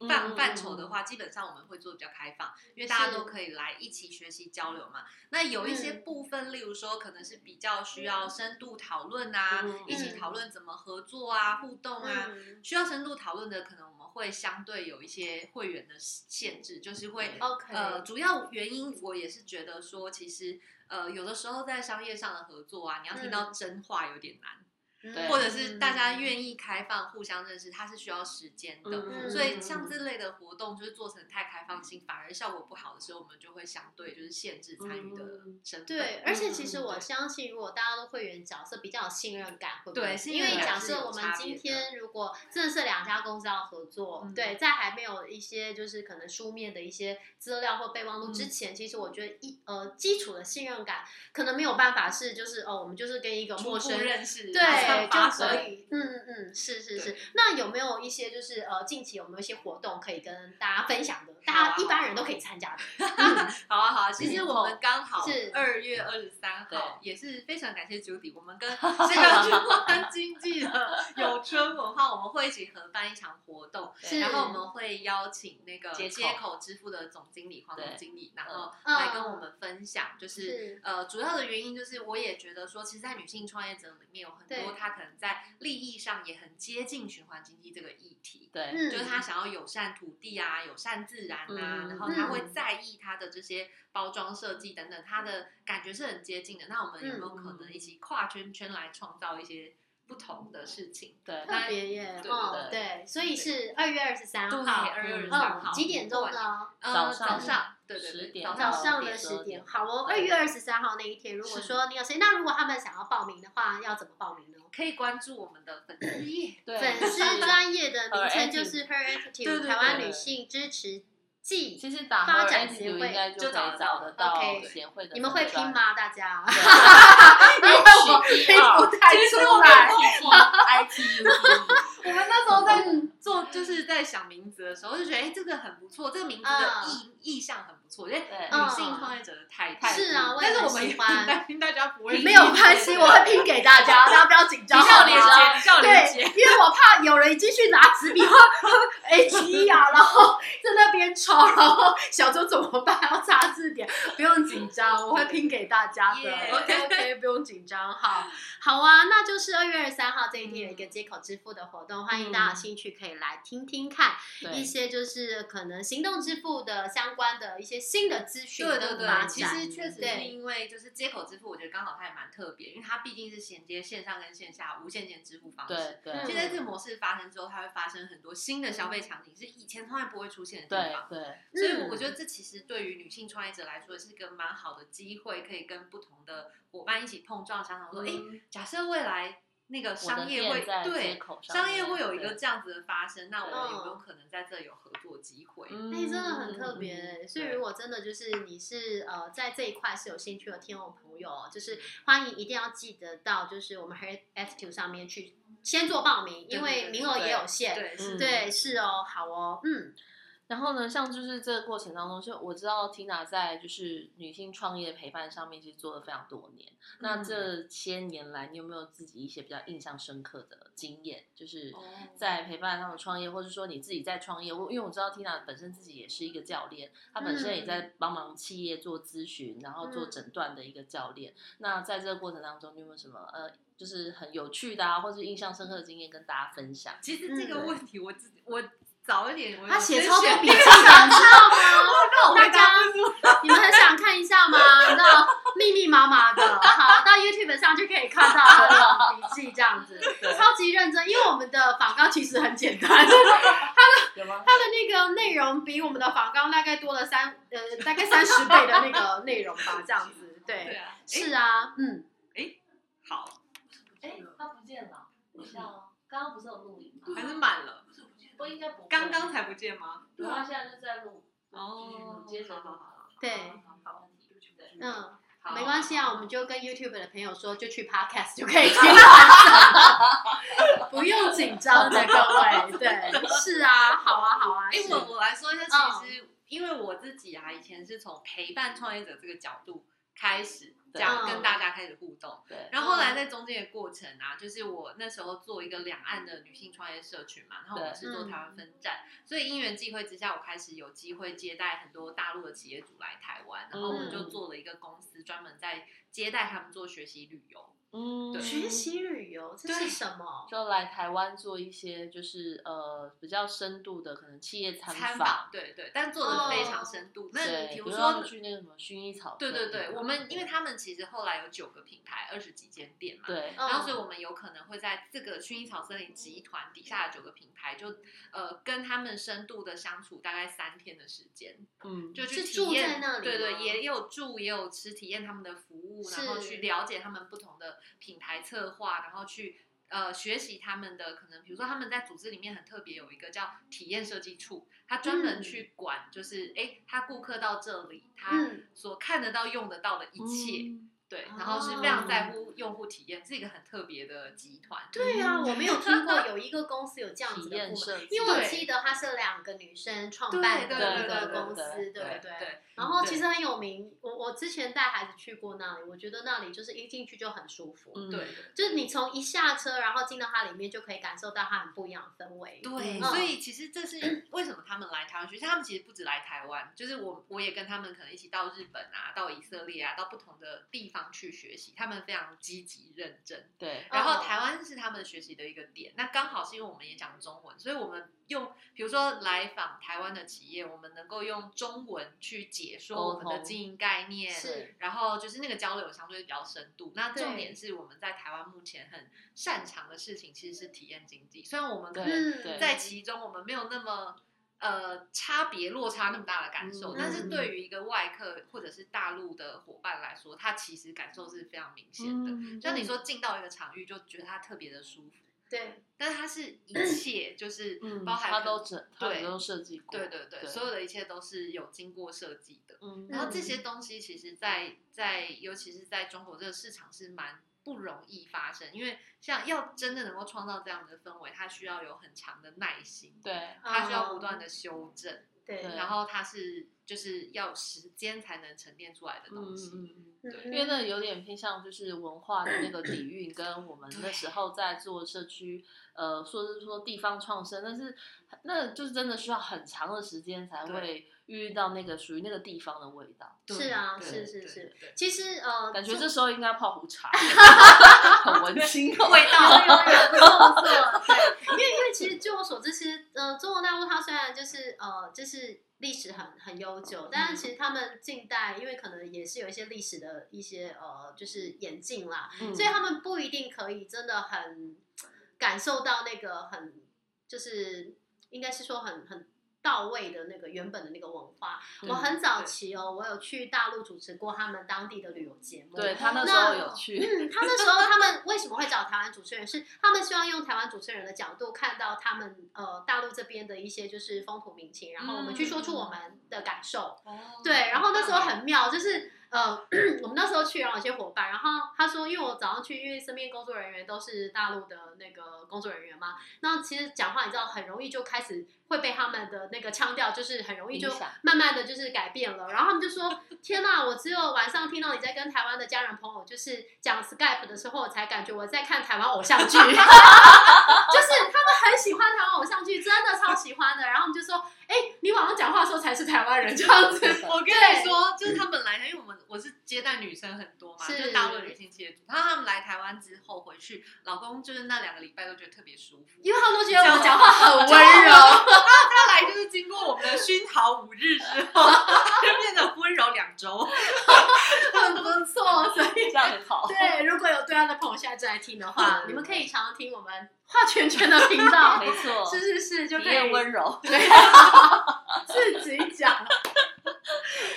[SPEAKER 1] 嗯嗯
[SPEAKER 3] 范
[SPEAKER 1] 嗯
[SPEAKER 3] 范畴的话，基本上我们会做比较开放，因为大家
[SPEAKER 2] 是
[SPEAKER 3] 都可以来一起学习交流嘛。那有一些
[SPEAKER 2] 嗯
[SPEAKER 3] 部分，例如说可能是比较需要深度讨论啊，
[SPEAKER 1] 嗯
[SPEAKER 3] 一起
[SPEAKER 2] 嗯
[SPEAKER 3] 讨论怎么合作啊、互动啊，
[SPEAKER 2] 嗯
[SPEAKER 3] 需要深度讨论的，可能我们会相对有一些会员的限制，就是会
[SPEAKER 2] ，OK，、
[SPEAKER 3] 呃，主要原因我也是觉得说，其实呃，有的时候在商业上的合作啊，你要听
[SPEAKER 2] 嗯
[SPEAKER 3] 到真话有点难，
[SPEAKER 1] 对
[SPEAKER 3] 或者是大家愿意开放互相认识，它是需要时间的。
[SPEAKER 2] 嗯
[SPEAKER 3] 所以像这类的活动，就是做成太开放性，反而效果不好的时候，我们就会相对就是限制参与的
[SPEAKER 1] 嗯
[SPEAKER 3] 身份。
[SPEAKER 2] 对，而且其实
[SPEAKER 3] 嗯
[SPEAKER 2] 我
[SPEAKER 3] 对
[SPEAKER 2] 相信，如果大家都会员角色比较有信任感，会不会？
[SPEAKER 3] 对信
[SPEAKER 2] 因
[SPEAKER 3] 任
[SPEAKER 2] 为
[SPEAKER 3] 感
[SPEAKER 2] 假
[SPEAKER 3] 是
[SPEAKER 2] 设
[SPEAKER 3] 有
[SPEAKER 2] 我们
[SPEAKER 3] 差
[SPEAKER 2] 今
[SPEAKER 3] 别的
[SPEAKER 2] 天如果真的是两家公司要合作，
[SPEAKER 3] 嗯
[SPEAKER 2] 对，在还没有一些就是可能书面的一些资料或备忘录之
[SPEAKER 3] 嗯
[SPEAKER 2] 前，其实我觉得一呃基础的信任感可能没有办法是就是哦，我们就是跟一个陌
[SPEAKER 3] 初步
[SPEAKER 2] 生人。
[SPEAKER 3] 认识，
[SPEAKER 2] 对，
[SPEAKER 3] 马上
[SPEAKER 2] 就
[SPEAKER 3] 发
[SPEAKER 2] 可
[SPEAKER 3] 生
[SPEAKER 2] 以，嗯嗯，是是是
[SPEAKER 3] 对。
[SPEAKER 2] 那有没有一些就是呃，近期有没有一些活动可以跟大家分享的？
[SPEAKER 3] 好啊
[SPEAKER 2] 大家一般人都可以参加的。嗯
[SPEAKER 3] 好啊，好啊！其实我们刚好
[SPEAKER 2] 是
[SPEAKER 3] 二月二十三
[SPEAKER 1] 对
[SPEAKER 3] 号，也是非常感谢 Judy，我们
[SPEAKER 2] [laughs]
[SPEAKER 3] 跟这个军官经济的有春文化，我们会一起合办一场活动，
[SPEAKER 2] 是
[SPEAKER 3] 然后我们会邀请那个
[SPEAKER 1] 接口
[SPEAKER 3] 接口支付的总经理黄总经理，然后
[SPEAKER 2] 嗯
[SPEAKER 3] 来跟我们分享，就是。
[SPEAKER 2] 是，
[SPEAKER 3] 呃，主要的原因就是，我也觉得说，其实，在女性创业者里面，有很多
[SPEAKER 2] 对
[SPEAKER 3] 她可能在利益上也很接近循环经济这个议题。
[SPEAKER 1] 对，
[SPEAKER 2] 嗯，
[SPEAKER 3] 就是他想要友善土地啊，友善自然啊，
[SPEAKER 1] 嗯
[SPEAKER 3] 然后他会在意他的这些包装设计等等，他的感觉是很接近的。那我们有没有可
[SPEAKER 2] 嗯
[SPEAKER 3] 能一起跨圈圈来创造一些不同的事情？
[SPEAKER 1] 对，
[SPEAKER 2] 特别耶，
[SPEAKER 3] 对
[SPEAKER 2] 嗯，
[SPEAKER 1] 对
[SPEAKER 2] 对，所以是二月二十三
[SPEAKER 3] 对，
[SPEAKER 2] 号，
[SPEAKER 3] 二月二十三号
[SPEAKER 2] 嗯，几点钟？呢？
[SPEAKER 3] 呃，
[SPEAKER 1] 早上
[SPEAKER 3] 早上，对对
[SPEAKER 1] 10
[SPEAKER 3] 对，
[SPEAKER 1] 点
[SPEAKER 2] 早
[SPEAKER 1] 到
[SPEAKER 2] 上的
[SPEAKER 1] 10
[SPEAKER 2] 十点
[SPEAKER 1] 点。
[SPEAKER 2] 好哦，二月二十三号那一天，如果
[SPEAKER 3] 是
[SPEAKER 2] 说你有谁，那如果他们想要报名的话，要怎么报名呢？
[SPEAKER 3] 可以关注我们的粉丝页。
[SPEAKER 1] 对
[SPEAKER 2] 粉丝专业的名称就是 Her
[SPEAKER 3] 对
[SPEAKER 2] Attitude
[SPEAKER 3] 对
[SPEAKER 2] 台湾女性支持
[SPEAKER 1] 其
[SPEAKER 2] 季，
[SPEAKER 1] 实打
[SPEAKER 2] 发
[SPEAKER 1] Her
[SPEAKER 2] 展
[SPEAKER 1] Attitude
[SPEAKER 2] 协会
[SPEAKER 1] 应该就可
[SPEAKER 3] 就找
[SPEAKER 1] 以
[SPEAKER 3] 得
[SPEAKER 1] 找
[SPEAKER 3] 到
[SPEAKER 1] 得到
[SPEAKER 2] OK
[SPEAKER 1] 协会的，
[SPEAKER 2] 你们会拼？吗？大
[SPEAKER 3] [laughs]
[SPEAKER 2] 家？
[SPEAKER 1] H
[SPEAKER 2] 拼 [laughs]
[SPEAKER 1] E
[SPEAKER 2] 不
[SPEAKER 1] R
[SPEAKER 3] [laughs]
[SPEAKER 2] 太出来。
[SPEAKER 1] I T U D
[SPEAKER 3] 我们那时候在做，就是在想名字的时候，就觉得哎、这个很不错，这个名字
[SPEAKER 2] 嗯
[SPEAKER 3] 的意、意向很不错，因为
[SPEAKER 1] 对
[SPEAKER 3] 女性创业者的态度。
[SPEAKER 2] 是啊，我也
[SPEAKER 3] 但是
[SPEAKER 2] 很
[SPEAKER 3] 我们也
[SPEAKER 2] 喜
[SPEAKER 3] 不
[SPEAKER 2] 欢。
[SPEAKER 3] 担心大家不会理解，
[SPEAKER 2] 没有关系，我会拼给大家，大家不要紧
[SPEAKER 3] 比
[SPEAKER 2] 张，
[SPEAKER 3] 较
[SPEAKER 2] 好
[SPEAKER 3] 连
[SPEAKER 2] 吗？
[SPEAKER 3] 接，比较连
[SPEAKER 2] 对
[SPEAKER 3] 接。，
[SPEAKER 2] 因为我怕有人已经去拿纸笔画 [laughs] H E 啊，然后在那边抄，然后小周怎么办？要查字典，不用紧张，我会拼给大家的。
[SPEAKER 3] [laughs] Yeah
[SPEAKER 2] OK OK，不用紧张，好，好啊，那就是二月二十三号这一天有一个接口支付的活动，欢迎大家有兴趣可以来听听看一
[SPEAKER 1] 对，
[SPEAKER 2] 些就是可能行动支付的相关的一些新的资讯
[SPEAKER 3] 对对
[SPEAKER 2] 跟发展。
[SPEAKER 3] 对，其实确实是
[SPEAKER 2] 对
[SPEAKER 3] 因为就是接口支付，我觉得刚好它也蛮特别，因为它毕竟是衔接线上跟线下无线电支付方式。
[SPEAKER 1] 对对
[SPEAKER 3] 现
[SPEAKER 2] 嗯
[SPEAKER 3] 在这个模式发生之后，它会发生很多新的消费场景，是以前从来不会出现的地
[SPEAKER 1] 对
[SPEAKER 3] 方。
[SPEAKER 1] 对，
[SPEAKER 3] 所以我
[SPEAKER 2] 嗯
[SPEAKER 3] 觉得这其实对于女性创业者来说是一个蛮好的机会，可以跟不同的伙伴一起碰撞，想想说，哎、假设未来那个
[SPEAKER 1] 嗯我的
[SPEAKER 3] 商业会
[SPEAKER 1] 店在街
[SPEAKER 3] 对
[SPEAKER 1] 口上面，
[SPEAKER 3] 商业会有一个
[SPEAKER 1] 对，
[SPEAKER 3] 这样子的发生，那我们有没有
[SPEAKER 2] 嗯
[SPEAKER 3] 可能在这有合作机会？
[SPEAKER 1] 嗯
[SPEAKER 2] 哎、真的很特别、
[SPEAKER 1] 嗯嗯嗯
[SPEAKER 2] 所以
[SPEAKER 1] 对
[SPEAKER 2] 如果真的就是你是呃在这一块是有兴趣的听众朋友哦，就是欢迎一定要记得到就是我们 Her Attitude 上面去先做报名，因为名额也有限。
[SPEAKER 3] 对，
[SPEAKER 1] 嗯
[SPEAKER 3] 是的
[SPEAKER 2] 对，是哦，好哦，嗯，
[SPEAKER 1] 然后呢，像就是这个过程当中，就我知道 Tina 在就是女性创业陪伴上面其实做了非常多年。那这些年来，你有没有自己一些比较印象深刻的经验？就是
[SPEAKER 3] 哦
[SPEAKER 1] 在陪伴他们创业，或者说你自己在创业。我因为我知道 Tina 本身自己也是一个教练，她本身也在帮忙企业做咨询，然后做
[SPEAKER 2] 嗯
[SPEAKER 1] 诊断的一个教练。那在这个过程当中，你有没有什么呃，就是很有趣的啊，或是印象深刻的经验跟大家分享？
[SPEAKER 3] 其实这个
[SPEAKER 2] 嗯
[SPEAKER 3] 问题我自己我早一点我
[SPEAKER 2] 他
[SPEAKER 3] 有
[SPEAKER 2] 写
[SPEAKER 3] 先
[SPEAKER 2] 超多
[SPEAKER 3] 选
[SPEAKER 2] 笔记的，你知 [laughs] 道
[SPEAKER 3] 那我
[SPEAKER 2] 吗？大家
[SPEAKER 3] 回答不出
[SPEAKER 2] 你们很想看一下吗？你知道密密麻麻的，好，到 YouTube 上就可以看到他的笔记这样
[SPEAKER 3] [laughs]
[SPEAKER 2] 子，超级认真。因为我们的访纲其实很简单， [laughs]
[SPEAKER 1] 有吗？
[SPEAKER 2] 它的那个内容比我们的访纲大概多了三呃大概三十倍的那个内容吧，这样子。
[SPEAKER 3] 对
[SPEAKER 2] 对，
[SPEAKER 3] 啊，诶
[SPEAKER 2] 是啊，嗯，
[SPEAKER 3] 好，
[SPEAKER 1] 哎，它不见了，等一下哦，刚刚不是有录影吗？
[SPEAKER 3] 还是满了，
[SPEAKER 1] 不应该不会
[SPEAKER 3] 啊刚刚才不见吗？
[SPEAKER 1] 对啊，现在就在录。
[SPEAKER 3] 哦，
[SPEAKER 1] 继续录接着
[SPEAKER 3] 好
[SPEAKER 1] 录
[SPEAKER 3] 好好，
[SPEAKER 2] 对，
[SPEAKER 1] 好，没问题对
[SPEAKER 2] 嗯，
[SPEAKER 3] 好
[SPEAKER 2] 没关系啊，我们就跟 YouTube 的朋友说，就去 Podcast 就可以听不用紧张的各位。对，是啊，好啊，好啊，
[SPEAKER 3] 哎、
[SPEAKER 2] 是
[SPEAKER 3] 我我来说一下，
[SPEAKER 2] 嗯
[SPEAKER 3] 其实、因为我自己啊，以前是从陪伴创业者这个角度开始讲，
[SPEAKER 2] 嗯
[SPEAKER 3] 跟大家开始互动。
[SPEAKER 1] 对，
[SPEAKER 3] 然后后来在中间的过程啊，就是我那时候做一个两岸的女性创业社群嘛，然后我们
[SPEAKER 1] 对
[SPEAKER 3] 是做台湾分站，所以因缘际会之下，我开始有机会接待很多大陆的企业主来台湾，然后我
[SPEAKER 1] 嗯
[SPEAKER 3] 就做了一个公司，专门在接待他们做学习旅游。
[SPEAKER 1] 嗯
[SPEAKER 3] 对
[SPEAKER 2] 学习旅游这是
[SPEAKER 3] 对
[SPEAKER 2] 什么？
[SPEAKER 1] 就来台湾做一些就是呃比较深度的可能企业
[SPEAKER 3] 参
[SPEAKER 1] 参
[SPEAKER 3] 访，，对对，但做的非常
[SPEAKER 2] 哦
[SPEAKER 3] 深度。那
[SPEAKER 1] 对，
[SPEAKER 3] 比
[SPEAKER 1] 比
[SPEAKER 3] 如
[SPEAKER 1] 如
[SPEAKER 3] 说
[SPEAKER 1] 说去那个什么薰衣草
[SPEAKER 3] 对
[SPEAKER 1] 村那
[SPEAKER 3] 对
[SPEAKER 1] 个地方，
[SPEAKER 3] 对，我们因为他们其实后来有九个品牌，二十几间店嘛。
[SPEAKER 1] 对
[SPEAKER 2] 嗯
[SPEAKER 3] 然后，所以我们有可能会在这个薰衣草森林集团底下的九个品牌，就呃跟他们深度的相处大概三天的时间，
[SPEAKER 1] 嗯，
[SPEAKER 3] 就去
[SPEAKER 2] 是
[SPEAKER 3] 体
[SPEAKER 2] 住在
[SPEAKER 3] 验。
[SPEAKER 2] 那里
[SPEAKER 3] 对
[SPEAKER 2] 吗
[SPEAKER 3] 对，也有住也有吃，体验他们的服务，然后
[SPEAKER 2] 是
[SPEAKER 3] 去了解他们不同的品牌策划，然后去呃学习他们的可能，比如说他们在组织里面很特别有一个叫体验设计处，他专门
[SPEAKER 2] 嗯
[SPEAKER 3] 去管，就是哎、诶他顾客到这里，他、
[SPEAKER 2] 嗯，
[SPEAKER 3] 所看得到、用得到的一切，
[SPEAKER 1] 嗯
[SPEAKER 3] 对，
[SPEAKER 2] 哦
[SPEAKER 3] 然后是非常在乎用户体验，是一个很特别的集团。嗯
[SPEAKER 2] 对啊，我没有听过有一个公司有这样
[SPEAKER 1] 体
[SPEAKER 2] 子的
[SPEAKER 1] 验
[SPEAKER 2] 部门。
[SPEAKER 1] 设计，
[SPEAKER 2] 因为我
[SPEAKER 3] 对
[SPEAKER 2] 记得它是两个女生创
[SPEAKER 3] 对
[SPEAKER 2] 办
[SPEAKER 3] 对
[SPEAKER 2] 的
[SPEAKER 1] 对对
[SPEAKER 2] 一个
[SPEAKER 1] 对
[SPEAKER 2] 公司，
[SPEAKER 1] 对
[SPEAKER 2] 对不
[SPEAKER 3] 对
[SPEAKER 2] 对
[SPEAKER 3] 对？
[SPEAKER 2] 然后
[SPEAKER 3] 对
[SPEAKER 2] 其实很有名，我我之前带孩子去过那里，我觉得那里就是一进去就很舒服，
[SPEAKER 1] 嗯
[SPEAKER 3] 对
[SPEAKER 2] 就是你从一下车，然后进到它里面就可以感受到它很不一样的氛围。
[SPEAKER 3] 对，
[SPEAKER 1] 嗯
[SPEAKER 3] 所以其实这是为什么他们来台湾学习。他们其实不止来台湾，就是我我也跟他们可能一起到日本啊，到以色列啊，到不同的地方去学习。他们非常积极认真，
[SPEAKER 1] 对
[SPEAKER 3] 然后
[SPEAKER 2] 哦
[SPEAKER 3] 台湾是他们学习的一个点。那刚好是因为我们也讲中文，所以我们用比如说来访台湾的企业，我们能够用中文去解说我们
[SPEAKER 1] 沟
[SPEAKER 3] 的
[SPEAKER 1] 通
[SPEAKER 3] 经营概念，
[SPEAKER 2] 是
[SPEAKER 3] 然后就是那个交流相对比较深度。那
[SPEAKER 2] 对
[SPEAKER 3] 重点是我们在台湾目前很擅长的事情其实是体验经济，虽然我们可能
[SPEAKER 2] 嗯
[SPEAKER 1] 对对，
[SPEAKER 3] 在其中我们没有那么呃差别落差那么大的感受，
[SPEAKER 1] 嗯
[SPEAKER 3] 但是对于一个外客或者是大陆的伙伴来说，他其实感受是非常明显的。
[SPEAKER 1] 嗯
[SPEAKER 3] 像你说进到一个场域就觉得它特别的舒服，
[SPEAKER 2] 对，
[SPEAKER 3] 但是它是一切就是
[SPEAKER 1] 嗯，
[SPEAKER 3] 包含
[SPEAKER 1] 他
[SPEAKER 3] 可
[SPEAKER 1] 都整，他
[SPEAKER 3] 对
[SPEAKER 1] 都设计过，
[SPEAKER 3] 对对对，
[SPEAKER 1] 对
[SPEAKER 3] 所有的一切都是有经过设计的。
[SPEAKER 1] 嗯，
[SPEAKER 3] 然后这
[SPEAKER 2] 嗯
[SPEAKER 3] 些东西其实在，在尤其是在中国这个市场是蛮不不容易发生，因为像要真的能够创造这样的氛围，它需要有很强的耐心，
[SPEAKER 1] 对，
[SPEAKER 3] 它需要不断的修正，
[SPEAKER 2] 哦嗯对，嗯
[SPEAKER 1] 对
[SPEAKER 3] 然后它是就是要时间才能沉淀出来的东西。
[SPEAKER 1] 嗯。
[SPEAKER 2] 嗯
[SPEAKER 1] 因为那有点偏向就是文化的那个底蕴，跟我们那时候在做社区，呃，说是说地方创生，但是那就是真的需要很长的时间才会遇到那个属于那个地方的味道。
[SPEAKER 3] 对
[SPEAKER 2] 是啊
[SPEAKER 3] 对
[SPEAKER 2] 是是
[SPEAKER 3] 对
[SPEAKER 2] 是
[SPEAKER 3] 对
[SPEAKER 2] 其实呃，
[SPEAKER 1] 感觉
[SPEAKER 2] 做
[SPEAKER 1] 这时候应该泡壶茶，很文青哦。
[SPEAKER 3] 味
[SPEAKER 2] [laughs] 有有
[SPEAKER 3] 道
[SPEAKER 2] 有，不错不错。对，因为因为其实据我所知，其实呃，中国大陆它虽然就是呃，就是历史很很悠久，但是其实他们近代因为可能也是有一些历史的一些呃，就是演进啦，
[SPEAKER 1] 嗯
[SPEAKER 2] 所以他们不一定可以真的很感受到那个很就是应该是说很很。到位的那个原本的那个文化，我很早期哦，我有去大陆主持过他们当地的旅游节目，
[SPEAKER 1] 对他那时候有去，
[SPEAKER 2] 嗯，他那时候他们为什么会找台湾主持人？是他们希望用台湾主持人的角度看到他们呃大陆这边的一些就是风土民情，然后我们去说出我们的感受。
[SPEAKER 3] 哦
[SPEAKER 2] 对，然后那时候
[SPEAKER 3] 棒
[SPEAKER 2] 很妙，就是
[SPEAKER 1] 嗯
[SPEAKER 2] 呃 [clears throat] 我们那时候去，然后有些伙伴，然后他说，因为我早上去，因为身边工作人员都是大陆的那个工作人员嘛，那其实讲话你知道很容易就开始会被他们的那个腔调，就是很容易就
[SPEAKER 1] 影响
[SPEAKER 2] 慢慢的就是改变了。然后他们就
[SPEAKER 1] [laughs]
[SPEAKER 2] 说：“天呐，我只有晚上听到你在跟台湾的家人朋友就是讲 Skype 的时候，我才感觉我在看台湾偶
[SPEAKER 1] [laughs]
[SPEAKER 2] 像剧。”就是他们很喜欢台湾偶像剧，真的超喜欢的。然后我们就说：“哎、你晚上讲话的时候才是台湾人这样子。”
[SPEAKER 3] 我跟
[SPEAKER 2] 对
[SPEAKER 3] 你说，就是他们来台，因为我们我是接待女生很多嘛，
[SPEAKER 2] 是
[SPEAKER 3] 就大陆的女性接待，然后他们来台湾之后回去，老公就是那两个礼拜都觉得特别舒服，
[SPEAKER 2] 因为他们都觉得我讲话很温柔，
[SPEAKER 3] 他来就是经过我 [laughs] 们的熏陶五日之后， [laughs] 就变得温柔两周。
[SPEAKER 2] 很不错，所以
[SPEAKER 1] 这样很好。
[SPEAKER 2] 对，如果有对岸的朋友现在正在听的话，
[SPEAKER 1] 嗯
[SPEAKER 2] 你们可以常常听我们画圈圈的频道
[SPEAKER 1] 没，错，
[SPEAKER 2] [laughs] 是是是，就
[SPEAKER 1] 体
[SPEAKER 2] 可以
[SPEAKER 1] 验温柔。
[SPEAKER 2] 对， [laughs] 自己讲。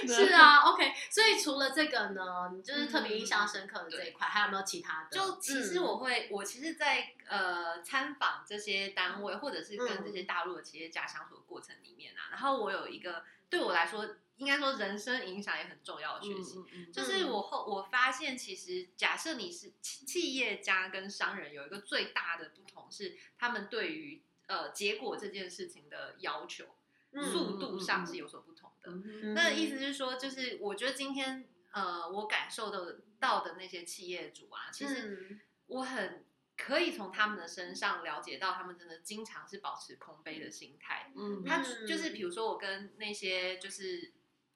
[SPEAKER 2] 是啊，OK。所以除了这个呢，你就是特别印象深刻的这一块，还有没有嗯其他的？
[SPEAKER 3] [laughs] 就其实我会，我其实在，呃参访这些单位，或者是跟这些大陆的企业家相处的过程里面啊，然后我有一个对我来说，应该说人生影响也很重要的学习，
[SPEAKER 1] 嗯
[SPEAKER 3] 就是我后我发现，其实假设你是企企业家跟商人有一个最大的不同是，他们对于呃结果这件事情的要求
[SPEAKER 2] 嗯
[SPEAKER 3] 速度上
[SPEAKER 1] 嗯
[SPEAKER 3] 是有所不同的。
[SPEAKER 1] 嗯
[SPEAKER 2] 嗯
[SPEAKER 3] 那意思是说，就是我觉得今天呃我感受到的到的那些企业主啊，其实
[SPEAKER 2] 嗯
[SPEAKER 3] 我很可以从他们的身上了解到，他们真的经常是保持空杯的心态。
[SPEAKER 1] 嗯
[SPEAKER 3] 他
[SPEAKER 2] 嗯
[SPEAKER 3] 就是比如说我跟那些就是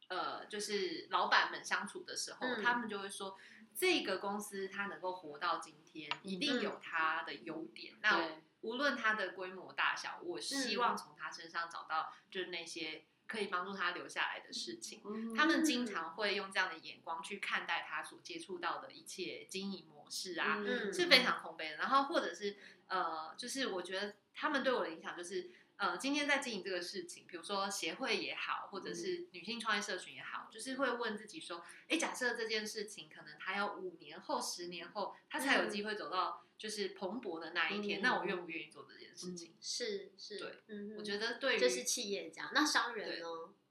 [SPEAKER 3] 呃就是老板们相处的时候，
[SPEAKER 2] 嗯
[SPEAKER 3] 他们就会说这个公司它能够活到今天，一
[SPEAKER 2] 嗯
[SPEAKER 3] 定有它的优点。那
[SPEAKER 1] 对
[SPEAKER 3] 无论它的规模大小，我希
[SPEAKER 2] 嗯
[SPEAKER 3] 望从他身上找到就是那些可以帮助他留下来的事情。
[SPEAKER 1] 嗯
[SPEAKER 2] 嗯
[SPEAKER 3] 他们经常会用这样的眼光去看待他所接触到的一切经营模式啊，
[SPEAKER 2] 嗯
[SPEAKER 3] 是非常空杯的。然后或者是呃，就是我觉得他们对我的影响就是。呃，今天在经营这个事情，比如说协会也好，
[SPEAKER 2] 嗯
[SPEAKER 3] 或者是女性创业社群也好，就是会问自己说，诶，假设这件事情可能它要五年后、十年后，它才有
[SPEAKER 2] 嗯
[SPEAKER 3] 机会走到就是蓬勃的那一天，
[SPEAKER 1] 嗯
[SPEAKER 3] 那我愿不愿意做这件事情？
[SPEAKER 2] 是是，
[SPEAKER 3] 对
[SPEAKER 2] 嗯哼，
[SPEAKER 3] 我觉得对于
[SPEAKER 2] 这
[SPEAKER 3] [laughs]
[SPEAKER 2] 是企业家，那商人
[SPEAKER 3] 对
[SPEAKER 2] 呢？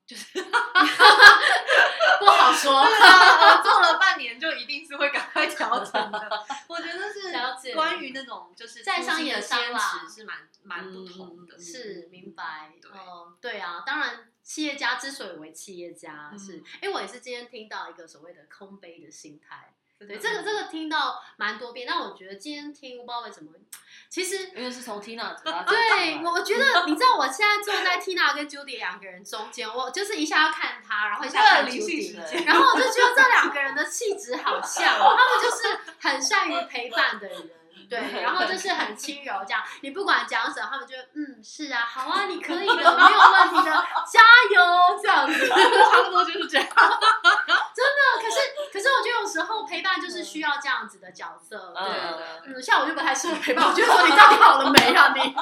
[SPEAKER 2] 就是 [laughs] 不好说。
[SPEAKER 3] 我哦做了半年就一定是会赶快调整的。我觉得
[SPEAKER 2] 了解
[SPEAKER 3] 是关于那种就是
[SPEAKER 2] 在商
[SPEAKER 3] 初心
[SPEAKER 2] 言
[SPEAKER 3] 的
[SPEAKER 2] 商
[SPEAKER 3] 坚
[SPEAKER 2] 啦
[SPEAKER 3] 持是蛮蛮不同的。
[SPEAKER 1] 嗯
[SPEAKER 2] 是明白，
[SPEAKER 3] 对
[SPEAKER 2] 嗯，对啊，当然，企业家之所以为企业家，
[SPEAKER 3] 嗯
[SPEAKER 2] 是，哎，我也是今天听到一个所谓的空杯的心态，
[SPEAKER 3] 真的
[SPEAKER 2] 对，这个这个听到蛮多遍，但我觉得今天听不知道为什么，其
[SPEAKER 3] [laughs]
[SPEAKER 2] 实
[SPEAKER 1] 因为是从 Tina 嘴巴讲出来
[SPEAKER 2] 对我我觉得，你知道我现在坐在 Tina 跟 Judy 两个人中间，我就是一下要看他，然后一下看
[SPEAKER 3] 这灵性
[SPEAKER 2] Judy，
[SPEAKER 3] 时间
[SPEAKER 2] 然后我就觉得这两个人的气质 [laughs] 好像
[SPEAKER 3] [laughs]
[SPEAKER 2] 哦，他们就是很善于陪伴的人。对，然后就是很轻柔，这样你不管讲什么，他们就嗯是啊，好啊，你可以的，没有问题的，加油这样子。 [laughs]
[SPEAKER 3] 差不多就是这样。
[SPEAKER 2] 可是可是我觉得有时候陪伴就是需要这样子的角色，
[SPEAKER 1] 嗯
[SPEAKER 2] 对。
[SPEAKER 3] 对
[SPEAKER 2] 嗯，像我就不太适合陪 [laughs] 伴，我就说你到底好了没啊你？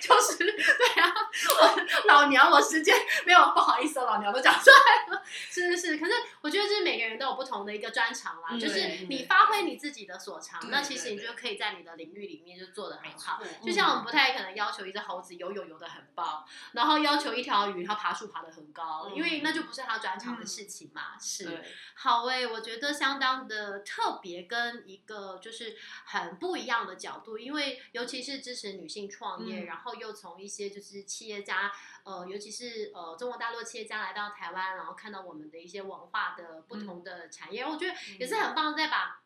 [SPEAKER 2] 就是对啊，我老娘我时间没有不好意思哦，老娘都讲出来了，是是是。可是我觉得就是每个人都有不同的一个专长啦，
[SPEAKER 1] 嗯
[SPEAKER 2] 就是
[SPEAKER 3] 对
[SPEAKER 2] 你发挥你自己的所长，
[SPEAKER 3] 对
[SPEAKER 2] 那
[SPEAKER 3] 对
[SPEAKER 2] 其实你
[SPEAKER 3] 对
[SPEAKER 2] 就可以在你的领域里面就做得很
[SPEAKER 3] 没
[SPEAKER 2] 好。
[SPEAKER 3] 错，嗯
[SPEAKER 2] 就像我们不太可能要求一只猴子游泳游得很棒，然后要求一条鱼它爬树爬得很高，因
[SPEAKER 3] 嗯
[SPEAKER 2] 为那就不是它专长的事情嘛。是，
[SPEAKER 3] 对，
[SPEAKER 2] 好诶、我觉得相当的特别，跟一个就是很不一样的角度，因为尤其是支持女性创业，
[SPEAKER 3] 嗯
[SPEAKER 2] 然后又从一些就是企业家，呃，尤其是呃中国大陆企业家来到台湾，然后看到我们的一些文化的不
[SPEAKER 3] 嗯
[SPEAKER 2] 同的产业，我觉得也是很棒，再把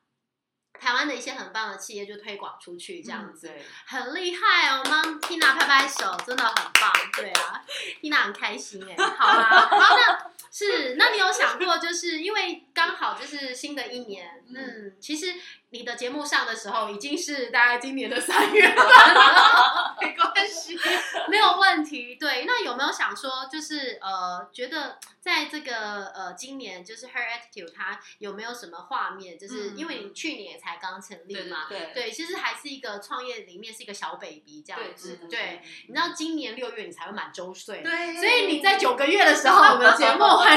[SPEAKER 2] 台湾的一些很棒的企业就推广出去，这样
[SPEAKER 3] 嗯
[SPEAKER 2] 子。
[SPEAKER 4] 对，
[SPEAKER 2] 很厉害哦，帮 Tina 拍拍手，真的很棒。对啊，Tina 很开心哎。好啊，好，那是，那你有想过，就是因为刚好就是新的一年，嗯，其实你的节目上的时候已经是大概今年的三月了，
[SPEAKER 3] 没关系。
[SPEAKER 2] 没有问题。对，那有没有想说，就是呃，觉得在这个呃今年，就是 Her Attitude 它有没有什么画面？就是
[SPEAKER 3] 嗯
[SPEAKER 2] 因为你去年也才刚成立
[SPEAKER 3] 对对
[SPEAKER 2] 嘛，
[SPEAKER 1] 对
[SPEAKER 2] 对，其实还是一个创业里面是一个小 baby 这样
[SPEAKER 3] 对
[SPEAKER 2] 子
[SPEAKER 3] 是。的
[SPEAKER 2] 对，你知道今年六月你才会满周岁，
[SPEAKER 3] 对，
[SPEAKER 2] 所以你在九个月的时候，我们节目
[SPEAKER 3] [laughs]
[SPEAKER 2] 还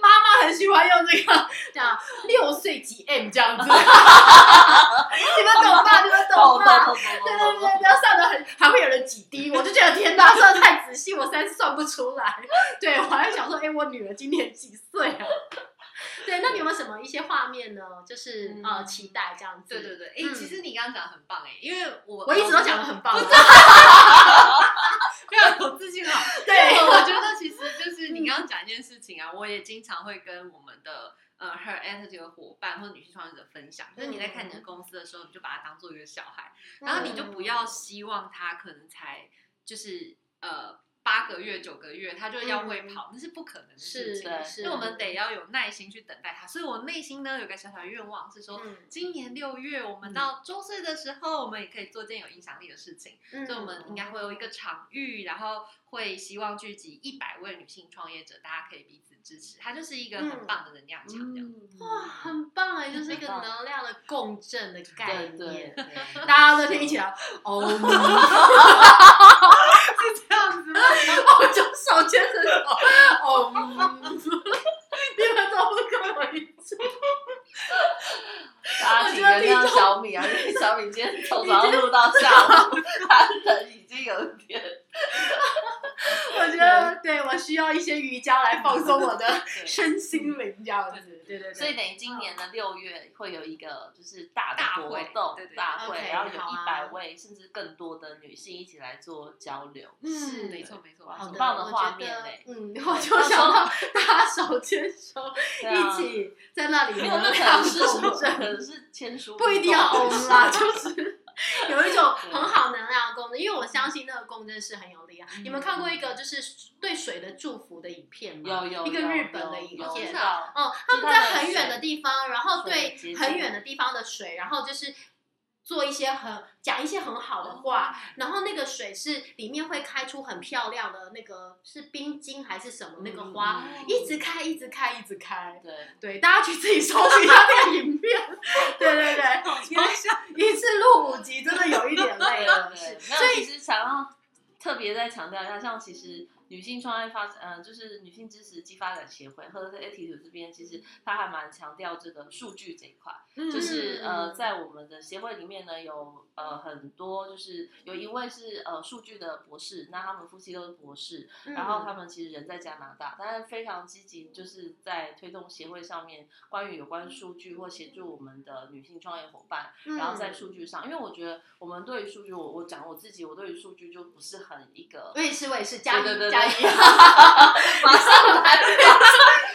[SPEAKER 2] 妈妈很喜欢用这个讲六岁几 M 这样子，你们懂吧？你们懂吧？对对对，不要算的很，还会有人几滴，我就觉得天哪，算的太仔细，我实在是算不出来。对我还想说，哎，我女儿今年几岁啊？ [laughs] 对，那你有没有什么一些画面呢？就是
[SPEAKER 3] 嗯
[SPEAKER 2] 呃，期待这样子。
[SPEAKER 3] 对对对，哎，其实你刚刚讲的很棒哎，因为我
[SPEAKER 2] 我一直都讲的很棒啊，
[SPEAKER 3] 非常有自信啊。
[SPEAKER 2] 对，
[SPEAKER 3] 我觉得其实就是你刚刚讲一件事情啊，我也经常会跟我们的呃 her attitude 的伙伴或者女性创业者分享，就是你在看你的公司的时候，你就把它当做一个小孩， [laughs] 然后你就不
[SPEAKER 2] 嗯
[SPEAKER 3] 要希望他可能才就是呃八个月九个月，他就要会跑，那是不可能的事
[SPEAKER 2] 嗯是
[SPEAKER 3] 情。
[SPEAKER 1] 对
[SPEAKER 2] 是，
[SPEAKER 3] 所以我们得要有耐心去等待他。所以我内心呢有个小小愿望是说，
[SPEAKER 2] 嗯
[SPEAKER 3] 今年六月我们到周岁的时候，我们也可以做件有影响力的事情。
[SPEAKER 2] 嗯，
[SPEAKER 3] 所以我们应该会有一个场域，然后会希望聚集一百位女性创业者，大家可以彼此支持，它就是一个
[SPEAKER 2] 嗯
[SPEAKER 3] 很棒的能量场，这样。
[SPEAKER 1] 嗯
[SPEAKER 2] 哇，很棒哎，就是一个
[SPEAKER 1] 很棒
[SPEAKER 2] 能量的共振的概
[SPEAKER 1] 对
[SPEAKER 2] 念。
[SPEAKER 1] 对，对
[SPEAKER 2] [laughs] 大家那天一起来， [laughs] 哦，
[SPEAKER 3] 这样子吗？
[SPEAKER 2] 我哦就手牵着手， [laughs] 哦，你们怎么不跟我一起？
[SPEAKER 1] 大家请原谅小米啊，因为小米今天从早上录到下午，他人已经有点
[SPEAKER 2] 我觉得，对我需要一些瑜伽来放松我的
[SPEAKER 1] 对
[SPEAKER 2] 身心灵，这样子。对对对，
[SPEAKER 1] 所以等于今年的六月会有一个就是大
[SPEAKER 3] 大
[SPEAKER 1] 的活
[SPEAKER 3] 会
[SPEAKER 1] 动
[SPEAKER 3] 对对对
[SPEAKER 1] 大会，
[SPEAKER 2] OK，
[SPEAKER 1] 然后有
[SPEAKER 2] 好
[SPEAKER 1] 一
[SPEAKER 2] 啊
[SPEAKER 1] 百位甚至更多的女性一起来做交流。
[SPEAKER 3] 是，
[SPEAKER 2] 嗯
[SPEAKER 3] 没错没错。
[SPEAKER 1] 哇
[SPEAKER 2] 好
[SPEAKER 1] 很
[SPEAKER 2] 的，
[SPEAKER 1] 棒的
[SPEAKER 2] 我
[SPEAKER 1] 画
[SPEAKER 2] 觉
[SPEAKER 1] 面
[SPEAKER 2] 得
[SPEAKER 1] 欸
[SPEAKER 2] 嗯，我就想到大家手牵手
[SPEAKER 1] 对
[SPEAKER 2] 一
[SPEAKER 1] 啊，
[SPEAKER 2] 起在那里
[SPEAKER 1] 没有那
[SPEAKER 2] 能
[SPEAKER 1] 可
[SPEAKER 2] 量
[SPEAKER 1] 能是什么
[SPEAKER 2] 共振
[SPEAKER 1] 可。能是签书，
[SPEAKER 2] 不一定要
[SPEAKER 1] 偶
[SPEAKER 2] 欧
[SPEAKER 1] [laughs]
[SPEAKER 2] 啦，就是 [laughs] 有一种很好能量的共振，因为我相信那个共振是很有力量。啊
[SPEAKER 3] 嗯
[SPEAKER 2] 你们看过一个就是对水的祝福的影片吗？
[SPEAKER 1] 有有
[SPEAKER 2] 一个
[SPEAKER 1] 有
[SPEAKER 2] 日本
[SPEAKER 1] 有
[SPEAKER 2] 的影
[SPEAKER 1] 有啊
[SPEAKER 2] 片
[SPEAKER 1] 知。道
[SPEAKER 2] 哦，他们在很远的地方，然后对
[SPEAKER 1] 水
[SPEAKER 2] 很远的地方的水，然后就是做一些很讲一些很好的话，然后那个水是里面会开出很漂亮的那个是冰晶还是什么那个花，
[SPEAKER 3] 嗯
[SPEAKER 2] 一直开一直开一直开。
[SPEAKER 1] 对，
[SPEAKER 2] 对，大家去自己搜寻一下那个影片。 [laughs] 对对对，
[SPEAKER 3] [laughs]
[SPEAKER 2] 因为 [laughs] 一次录五集真的有一点累了，
[SPEAKER 1] [laughs]
[SPEAKER 2] 是
[SPEAKER 1] 对，所以其实想要特别再强调一下，像其实女性创业发展，呃，就是女性支持暨发展协会或者是 Attitude 这边，其实它还蛮强调这个数据这一块。就是呃，在我们的协会里面呢，有呃很多，就是有一位是呃数据的博士，那他们夫妻都是博士，
[SPEAKER 2] 嗯
[SPEAKER 1] 然后他们其实人在加拿大，但是非常积极，就是在推动协会上面关于有关数据或协助我们的女性创业伙伴，
[SPEAKER 2] 嗯
[SPEAKER 1] 然后在数据上，因为我觉得我们对于数据，我我讲我自己，我对于数据就不是很一个
[SPEAKER 2] 我也是我也是加一
[SPEAKER 1] 对对对
[SPEAKER 2] 加一
[SPEAKER 1] [laughs] 马上来，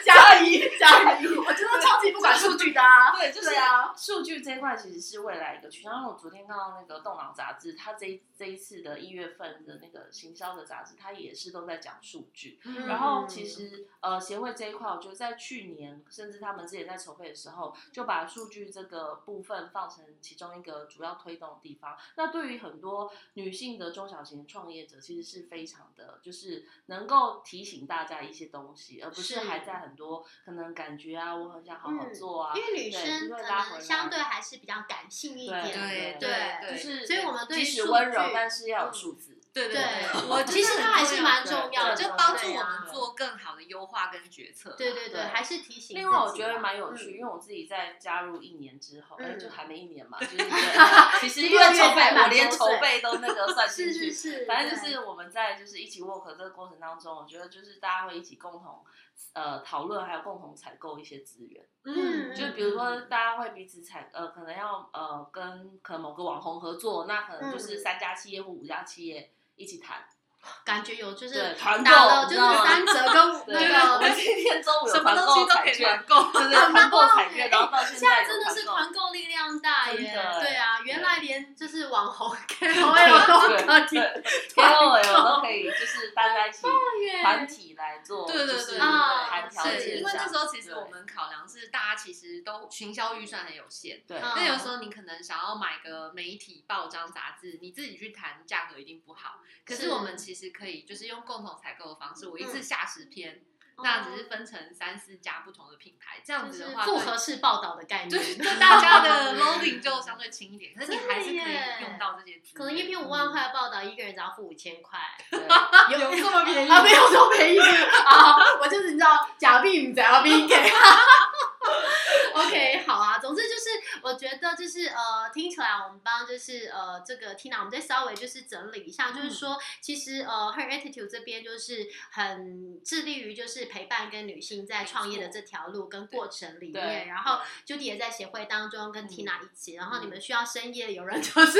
[SPEAKER 2] 加一加一， [laughs] 我真的超级不管数据的啊。
[SPEAKER 1] 对，就是
[SPEAKER 2] 对啊，
[SPEAKER 1] 数据这一块其实是未来一个趋向。因为我昨天看到那个《动脑》杂志，它这一这一次的一月份的那个行销的杂志，它也是都在讲数据。
[SPEAKER 2] 嗯
[SPEAKER 1] 然后其实呃，协会这一块，我觉得在去年甚至他们之前在筹备的时候，就把数据这个部分放成其中一个主要推动的地方。那对于很多女性的中小型创业者，其实是非常的，就是能够提醒大家一些东西，而不是
[SPEAKER 2] 是
[SPEAKER 1] 还在很多可能感觉啊，我很想好好
[SPEAKER 2] 嗯
[SPEAKER 1] 做啊，
[SPEAKER 2] 因为
[SPEAKER 1] 对
[SPEAKER 2] 女生
[SPEAKER 1] 就
[SPEAKER 2] 可
[SPEAKER 1] 会拉回
[SPEAKER 2] 能
[SPEAKER 1] 来
[SPEAKER 2] 相对还是比较感性一点
[SPEAKER 1] 对
[SPEAKER 2] 的，
[SPEAKER 3] 对对
[SPEAKER 1] 就是，
[SPEAKER 2] 所以我们对
[SPEAKER 1] 即使
[SPEAKER 2] 数
[SPEAKER 1] 温柔
[SPEAKER 2] 据，
[SPEAKER 1] 但是要
[SPEAKER 2] 嗯
[SPEAKER 1] 有数字。
[SPEAKER 3] 对对 [laughs] 对，
[SPEAKER 2] 对
[SPEAKER 3] 我就是
[SPEAKER 2] 其实它还是蛮重要的，
[SPEAKER 3] 就帮助
[SPEAKER 2] 对
[SPEAKER 3] 我
[SPEAKER 2] 啊
[SPEAKER 3] 们做更好的优化跟决策。
[SPEAKER 2] 对对对，
[SPEAKER 1] 对
[SPEAKER 2] 还是提醒自己啦。啊
[SPEAKER 1] 另外，我觉得蛮有趣，因为我自己在加入一年之后，哎，
[SPEAKER 2] 嗯
[SPEAKER 1] 就还没一年嘛，
[SPEAKER 2] [laughs]
[SPEAKER 1] 就是觉得其实因为筹备，我连筹备都那个算
[SPEAKER 2] 嗯是
[SPEAKER 1] 进
[SPEAKER 2] 是
[SPEAKER 1] 去。
[SPEAKER 2] 是，
[SPEAKER 1] 反正就
[SPEAKER 2] 对
[SPEAKER 1] 是我们在就是一起 work 这个过程当中，我觉得就是大家会一起共同呃讨论，还有共同采购一些资源。
[SPEAKER 2] 嗯
[SPEAKER 1] 就比如说，大家会彼此采呃，可能要呃跟可能某个网红合作，那可能就是
[SPEAKER 2] 嗯
[SPEAKER 1] 三家企业或五家企业一起谈。
[SPEAKER 2] 感觉有就是
[SPEAKER 1] 对团购
[SPEAKER 2] 打了就
[SPEAKER 1] 你
[SPEAKER 2] 是
[SPEAKER 1] 知道吗
[SPEAKER 2] 三折跟
[SPEAKER 1] 对，
[SPEAKER 2] 那
[SPEAKER 1] 我们
[SPEAKER 2] 个。
[SPEAKER 1] 今天中午有
[SPEAKER 3] 什么
[SPEAKER 1] 团
[SPEAKER 3] 东西
[SPEAKER 1] 购
[SPEAKER 3] 都可
[SPEAKER 1] 彩
[SPEAKER 3] 以
[SPEAKER 1] 券，
[SPEAKER 3] 团购，
[SPEAKER 1] 对对，团
[SPEAKER 2] [laughs]
[SPEAKER 1] 购彩券，然后到现
[SPEAKER 2] 现在
[SPEAKER 1] 在
[SPEAKER 2] 真的是
[SPEAKER 1] 有购
[SPEAKER 2] 团购力量大耶
[SPEAKER 1] 真的！
[SPEAKER 2] 对啊，原来连就是网
[SPEAKER 3] [laughs]
[SPEAKER 2] 红 KOL 都
[SPEAKER 1] 对
[SPEAKER 2] 可以
[SPEAKER 1] 对，KOL 都可以，就是大家一起
[SPEAKER 2] 耶
[SPEAKER 1] 团体来做，
[SPEAKER 3] 对对
[SPEAKER 1] 就
[SPEAKER 3] 对
[SPEAKER 1] 是
[SPEAKER 3] 对
[SPEAKER 1] 谈条
[SPEAKER 3] 是
[SPEAKER 1] 件
[SPEAKER 3] 因为那
[SPEAKER 1] 上
[SPEAKER 3] 时。候其实
[SPEAKER 1] 对
[SPEAKER 3] 我们考量是大家其实都行销预算很有限，
[SPEAKER 1] 对，
[SPEAKER 2] 嗯
[SPEAKER 3] 那有时候你可能想要买个媒体报章杂志，你自己去谈价格一定不好，可
[SPEAKER 2] 是
[SPEAKER 3] 是我们其实可以就是用共同采购的方式，我一次
[SPEAKER 2] 嗯
[SPEAKER 3] 下十篇，那只是分成三四家不同的品牌，这样
[SPEAKER 2] 哦就
[SPEAKER 3] 子
[SPEAKER 2] 是
[SPEAKER 3] 的话
[SPEAKER 2] 复
[SPEAKER 3] 对
[SPEAKER 2] 合式报道的概念， [laughs]
[SPEAKER 3] 对，就大家的 loading 就相对轻一点，可是你
[SPEAKER 2] 真的
[SPEAKER 3] 还是可
[SPEAKER 2] 耶
[SPEAKER 3] 以用到这些资源。
[SPEAKER 2] 可能一篇五万块的报道，一个人只要付五千块，
[SPEAKER 1] 对
[SPEAKER 2] 有
[SPEAKER 3] 有这么便宜
[SPEAKER 2] 啊？没有说便宜啊，我就是你知道假币唔假币 [laughs] 给。OK，好啊，总之就是我觉得就是呃，听起来我们帮就是呃这个 Tina，我们再稍微就是整理一下，
[SPEAKER 1] 嗯
[SPEAKER 2] 就是说其实呃 Her Attitude 这边就是很致力于就是陪伴跟女性在
[SPEAKER 3] 没
[SPEAKER 2] 创业的
[SPEAKER 3] 错
[SPEAKER 2] 这条路跟过程 [laughs] 里面，
[SPEAKER 1] 对
[SPEAKER 2] 然后 Judy 也在协会当中跟
[SPEAKER 1] 嗯
[SPEAKER 2] Tina 一起，然后你
[SPEAKER 1] 嗯
[SPEAKER 2] 们需要深夜有人 [laughs] 就是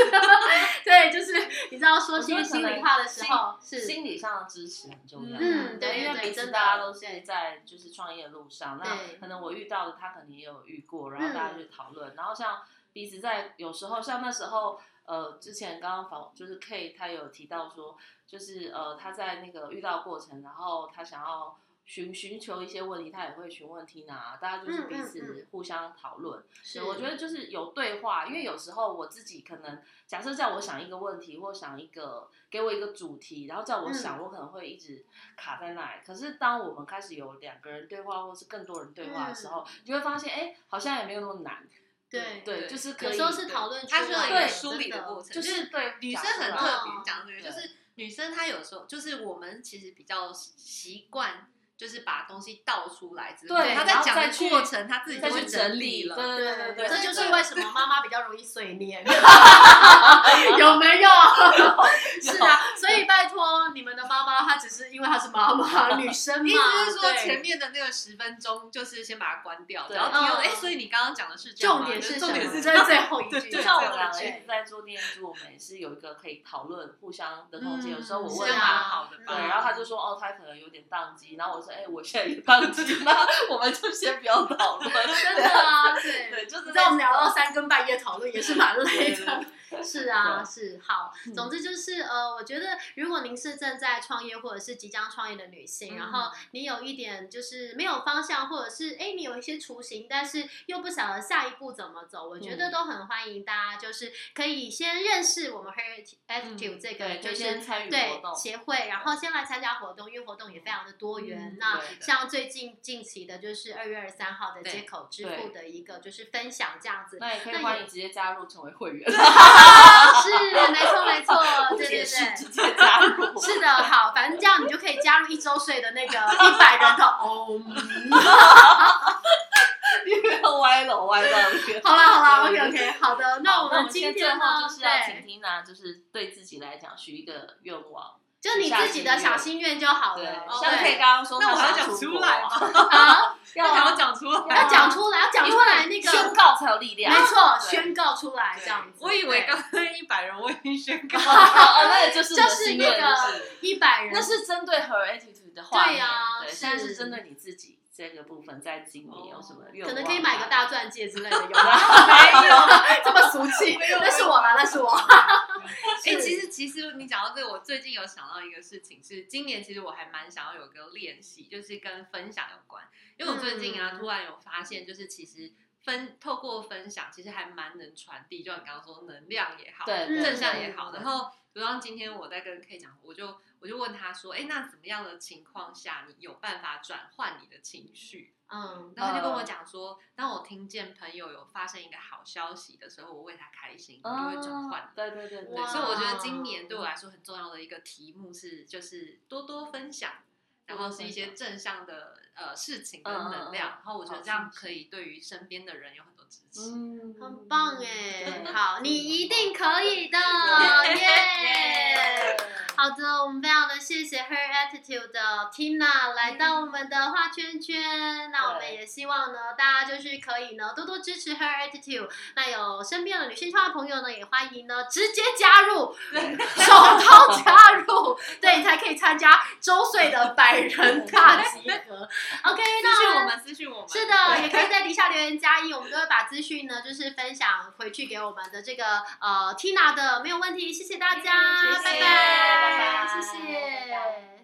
[SPEAKER 2] 对，就是你知道说
[SPEAKER 1] 我觉
[SPEAKER 2] 些
[SPEAKER 1] 得
[SPEAKER 2] 心
[SPEAKER 1] 可
[SPEAKER 2] 里
[SPEAKER 1] 能
[SPEAKER 2] 话的时
[SPEAKER 1] 心
[SPEAKER 2] 候是
[SPEAKER 1] 心理上的支持很重要。
[SPEAKER 2] 嗯对对
[SPEAKER 1] 因为
[SPEAKER 2] 对
[SPEAKER 1] 彼
[SPEAKER 2] 真
[SPEAKER 1] 此
[SPEAKER 2] 的
[SPEAKER 1] 大家都是在就是创业路上，那
[SPEAKER 2] 对
[SPEAKER 1] 可能我遇到的他可能也有遇过，然后大家
[SPEAKER 2] 嗯
[SPEAKER 1] 就讨论，然后像彼此在有时候像那时候。呃，之前刚刚访就是 K，他有提到说，就是呃，他在那个遇到过程，然后他想要寻寻求一些问题，他也会询问 Tina，大家就是
[SPEAKER 2] 嗯
[SPEAKER 1] 彼
[SPEAKER 2] 嗯
[SPEAKER 1] 此互相讨论。
[SPEAKER 2] 是
[SPEAKER 1] 对，我觉得就是有对话，因为有时候我自己可能假设叫我想一个问题，或想一个给我一个主题，然后叫我想，我可能会一直卡在那里。可是当我们开始有两个人对话，或是更多人对话的时候，你就会发现，哎，好像也没有那么难。
[SPEAKER 2] 对
[SPEAKER 1] 对，
[SPEAKER 3] 对
[SPEAKER 1] 就是可
[SPEAKER 2] 有
[SPEAKER 1] 以
[SPEAKER 2] 时候是讨论出
[SPEAKER 3] 它
[SPEAKER 2] 来
[SPEAKER 3] 是
[SPEAKER 2] 的，
[SPEAKER 3] 有一
[SPEAKER 1] 对
[SPEAKER 3] 个梳理的过
[SPEAKER 2] 程。
[SPEAKER 3] 程，
[SPEAKER 1] 就是是对
[SPEAKER 3] 女生
[SPEAKER 1] 讲出
[SPEAKER 3] 很
[SPEAKER 1] 来
[SPEAKER 3] 特别，讲这个
[SPEAKER 1] 对
[SPEAKER 3] 就是女生她有时候就是我们其实比较习惯。就是把东西倒出来之后，
[SPEAKER 1] 对
[SPEAKER 3] 她
[SPEAKER 1] 然
[SPEAKER 3] 在
[SPEAKER 1] 后
[SPEAKER 3] 讲
[SPEAKER 1] 再
[SPEAKER 3] 的
[SPEAKER 1] 去
[SPEAKER 3] 过程，她自己
[SPEAKER 1] 再
[SPEAKER 3] 就
[SPEAKER 1] 去
[SPEAKER 3] 会
[SPEAKER 1] 整
[SPEAKER 3] 理
[SPEAKER 1] 理，对对
[SPEAKER 3] 了。
[SPEAKER 1] 对对，
[SPEAKER 2] 这
[SPEAKER 1] 对
[SPEAKER 2] 就是
[SPEAKER 1] 对
[SPEAKER 2] 为什么妈妈比较容易碎
[SPEAKER 3] [laughs]
[SPEAKER 2] 念，有没有？是啊，所以拜托你们的妈妈，她只是因为她是妈妈，女生嘛，
[SPEAKER 3] [laughs] 意思是说
[SPEAKER 2] 对
[SPEAKER 3] 前面的那个十分钟就是先把它关掉，
[SPEAKER 1] 对
[SPEAKER 3] 然后听
[SPEAKER 2] 嗯
[SPEAKER 3] 哎、诶所以你刚刚讲的是这样
[SPEAKER 2] 重
[SPEAKER 3] 吗
[SPEAKER 2] 点
[SPEAKER 3] 就是
[SPEAKER 2] 什
[SPEAKER 3] 重
[SPEAKER 2] 么？
[SPEAKER 3] 点是
[SPEAKER 2] 这是最后一
[SPEAKER 3] 对
[SPEAKER 2] 句，
[SPEAKER 3] 对
[SPEAKER 1] 就
[SPEAKER 3] 对
[SPEAKER 1] 像我们
[SPEAKER 3] 对
[SPEAKER 1] 两个一直在做念珠，我们也是有一个可以讨论、互相的空间。有时候我
[SPEAKER 3] 嗯
[SPEAKER 1] 问
[SPEAKER 3] 是
[SPEAKER 1] 他
[SPEAKER 3] 啊，蛮好的吧
[SPEAKER 1] 对，
[SPEAKER 2] 嗯
[SPEAKER 1] 然后他就说哦，他可能有点宕机，然后我说哎、我现在也宕机， [laughs] 那我们就先不要讨
[SPEAKER 2] [laughs]
[SPEAKER 1] 论。
[SPEAKER 2] 真的啊， [laughs] 对。
[SPEAKER 1] 对，就是
[SPEAKER 2] 你知道我们聊到三更半夜讨论也是蛮累的， [laughs] 是啊，
[SPEAKER 1] 对
[SPEAKER 2] 是好。
[SPEAKER 1] 嗯
[SPEAKER 2] 总之就是呃，我觉得如果您是正在创业或者是即将创业的女性，
[SPEAKER 1] 嗯
[SPEAKER 2] 然后你有一点就是没有方向，或者是哎你有一些雏形，但是又不晓得下一步怎么走，我觉得
[SPEAKER 1] 嗯
[SPEAKER 2] 都很欢迎大家就是可以先认识我们 Her Attitude 这个
[SPEAKER 1] 嗯对，就
[SPEAKER 2] 就
[SPEAKER 1] 是先参与活
[SPEAKER 2] 对
[SPEAKER 1] 动。
[SPEAKER 2] 协会，然后先来参加活动，因为活动也非常啊的多元。
[SPEAKER 3] 嗯
[SPEAKER 2] 那
[SPEAKER 1] 对的
[SPEAKER 2] 像最近近期的，就是二月二十三号的
[SPEAKER 3] 对
[SPEAKER 2] 街口支
[SPEAKER 1] 对啊
[SPEAKER 2] 付的一个就是分享这样子，
[SPEAKER 1] 那也可以
[SPEAKER 2] 那
[SPEAKER 1] 欢
[SPEAKER 2] 也
[SPEAKER 1] 迎直接加入成为会员，
[SPEAKER 2] 哦是没错
[SPEAKER 1] [laughs]
[SPEAKER 2] 没错，
[SPEAKER 1] 不
[SPEAKER 2] 对对
[SPEAKER 1] 解释
[SPEAKER 2] 对。
[SPEAKER 1] 直接加入。
[SPEAKER 2] 是的，好，反正这样你就可以加入一周岁的那个一百人的哦。
[SPEAKER 1] 因为歪了歪了。
[SPEAKER 2] 好啦好啦，OK OK，好的，那我
[SPEAKER 1] 好那
[SPEAKER 2] 们
[SPEAKER 1] 今天
[SPEAKER 2] 今
[SPEAKER 1] 最
[SPEAKER 2] 天呢
[SPEAKER 1] 后就，是要请
[SPEAKER 2] 对，
[SPEAKER 1] 缇娜，就是对自己来讲许一个愿望。
[SPEAKER 2] 就你自己的小心愿就好
[SPEAKER 1] 对，
[SPEAKER 2] 了。
[SPEAKER 1] 像
[SPEAKER 3] 可
[SPEAKER 1] K
[SPEAKER 2] 哦
[SPEAKER 3] 以
[SPEAKER 2] 对，
[SPEAKER 1] 刚刚说，
[SPEAKER 3] [laughs] 那我还
[SPEAKER 1] 还
[SPEAKER 3] 要讲出来吗？
[SPEAKER 1] 啊 [laughs]
[SPEAKER 2] 好，
[SPEAKER 1] 要
[SPEAKER 3] 还
[SPEAKER 1] 啊
[SPEAKER 3] [laughs] 要讲出来，
[SPEAKER 2] 要讲出来，要讲出来那个，
[SPEAKER 1] 宣告才有力量。哦
[SPEAKER 2] 没
[SPEAKER 1] [laughs]
[SPEAKER 2] 错，
[SPEAKER 1] 对
[SPEAKER 2] 宣告出来这样子。
[SPEAKER 3] 我以为
[SPEAKER 2] 对
[SPEAKER 3] 刚刚一百人我已经宣告，
[SPEAKER 1] 哦，哦那也就是你的
[SPEAKER 2] 就是
[SPEAKER 1] 心
[SPEAKER 2] 那
[SPEAKER 1] 愿
[SPEAKER 2] 个
[SPEAKER 1] 就是
[SPEAKER 2] 一百人，
[SPEAKER 1] 那是针对 her attitude 的画面，
[SPEAKER 2] 啊对啊
[SPEAKER 1] 对，
[SPEAKER 2] 是
[SPEAKER 1] 现在是针对你自己这个部分，在今年有什么愿
[SPEAKER 2] 哦可
[SPEAKER 1] 望？啊
[SPEAKER 2] 能可以买个大钻戒之类啊 [laughs] 的，有吗？
[SPEAKER 1] 没有，
[SPEAKER 2] 这么俗 [laughs] 气，那是我啦，那是我。啊
[SPEAKER 3] 哎、其实其实你讲到这个，我最近有想到一个事情，是今年其实我还蛮想要有个练习，就是跟分享有关，因为我最近啊、
[SPEAKER 2] 嗯
[SPEAKER 3] 突然有发现，就是其实分透过分享，其实还蛮能传递，就像你刚刚说能量也好，
[SPEAKER 1] 对
[SPEAKER 2] 嗯
[SPEAKER 1] 对
[SPEAKER 3] 正向也好。
[SPEAKER 1] 对
[SPEAKER 3] 然后，比方今天我在跟 K 讲，我就我就问他说，哎，那怎么样的情况下你有办法转换你的情绪？
[SPEAKER 2] 嗯，
[SPEAKER 3] 然后他就跟我讲说，当我听见朋友有发生一个好消息的时候，我为他开心，我就会转换
[SPEAKER 1] 哦。对对对对
[SPEAKER 2] 哇
[SPEAKER 3] 对，所以我觉得今年对我来说很重要的一个题目是，就是多多分享，然后是一些正向的呃事情跟能
[SPEAKER 1] 嗯
[SPEAKER 3] 量，
[SPEAKER 1] 嗯嗯
[SPEAKER 3] 然后我觉得这样可以对于身边的人有很多支持。
[SPEAKER 1] 嗯
[SPEAKER 2] 很棒哎，
[SPEAKER 1] 对
[SPEAKER 2] 好，你一定可以 [laughs] 的，耶！好的，我们非常的谢谢 Her Attitude 的 Tina 来到我们的画圈圈。那我们
[SPEAKER 1] 对
[SPEAKER 2] 也希望呢，大家就是可以呢多多支持 Her Attitude。那有身边的女性创业朋友呢，也欢迎呢直接加入，手刀加入，对，你才可以参加周岁的百人大集
[SPEAKER 3] [laughs]
[SPEAKER 2] 合。OK，
[SPEAKER 3] 私
[SPEAKER 2] 那
[SPEAKER 3] 讯我们，私讯我们。
[SPEAKER 2] 是的，也可以在底下留言加一，我们都会把资讯呢，就是分享回去给我们的这个呃 Tina 的，没有问题，谢谢大家，
[SPEAKER 1] 谢谢拜
[SPEAKER 2] 拜
[SPEAKER 1] 拜
[SPEAKER 2] 谢谢。
[SPEAKER 1] 拜拜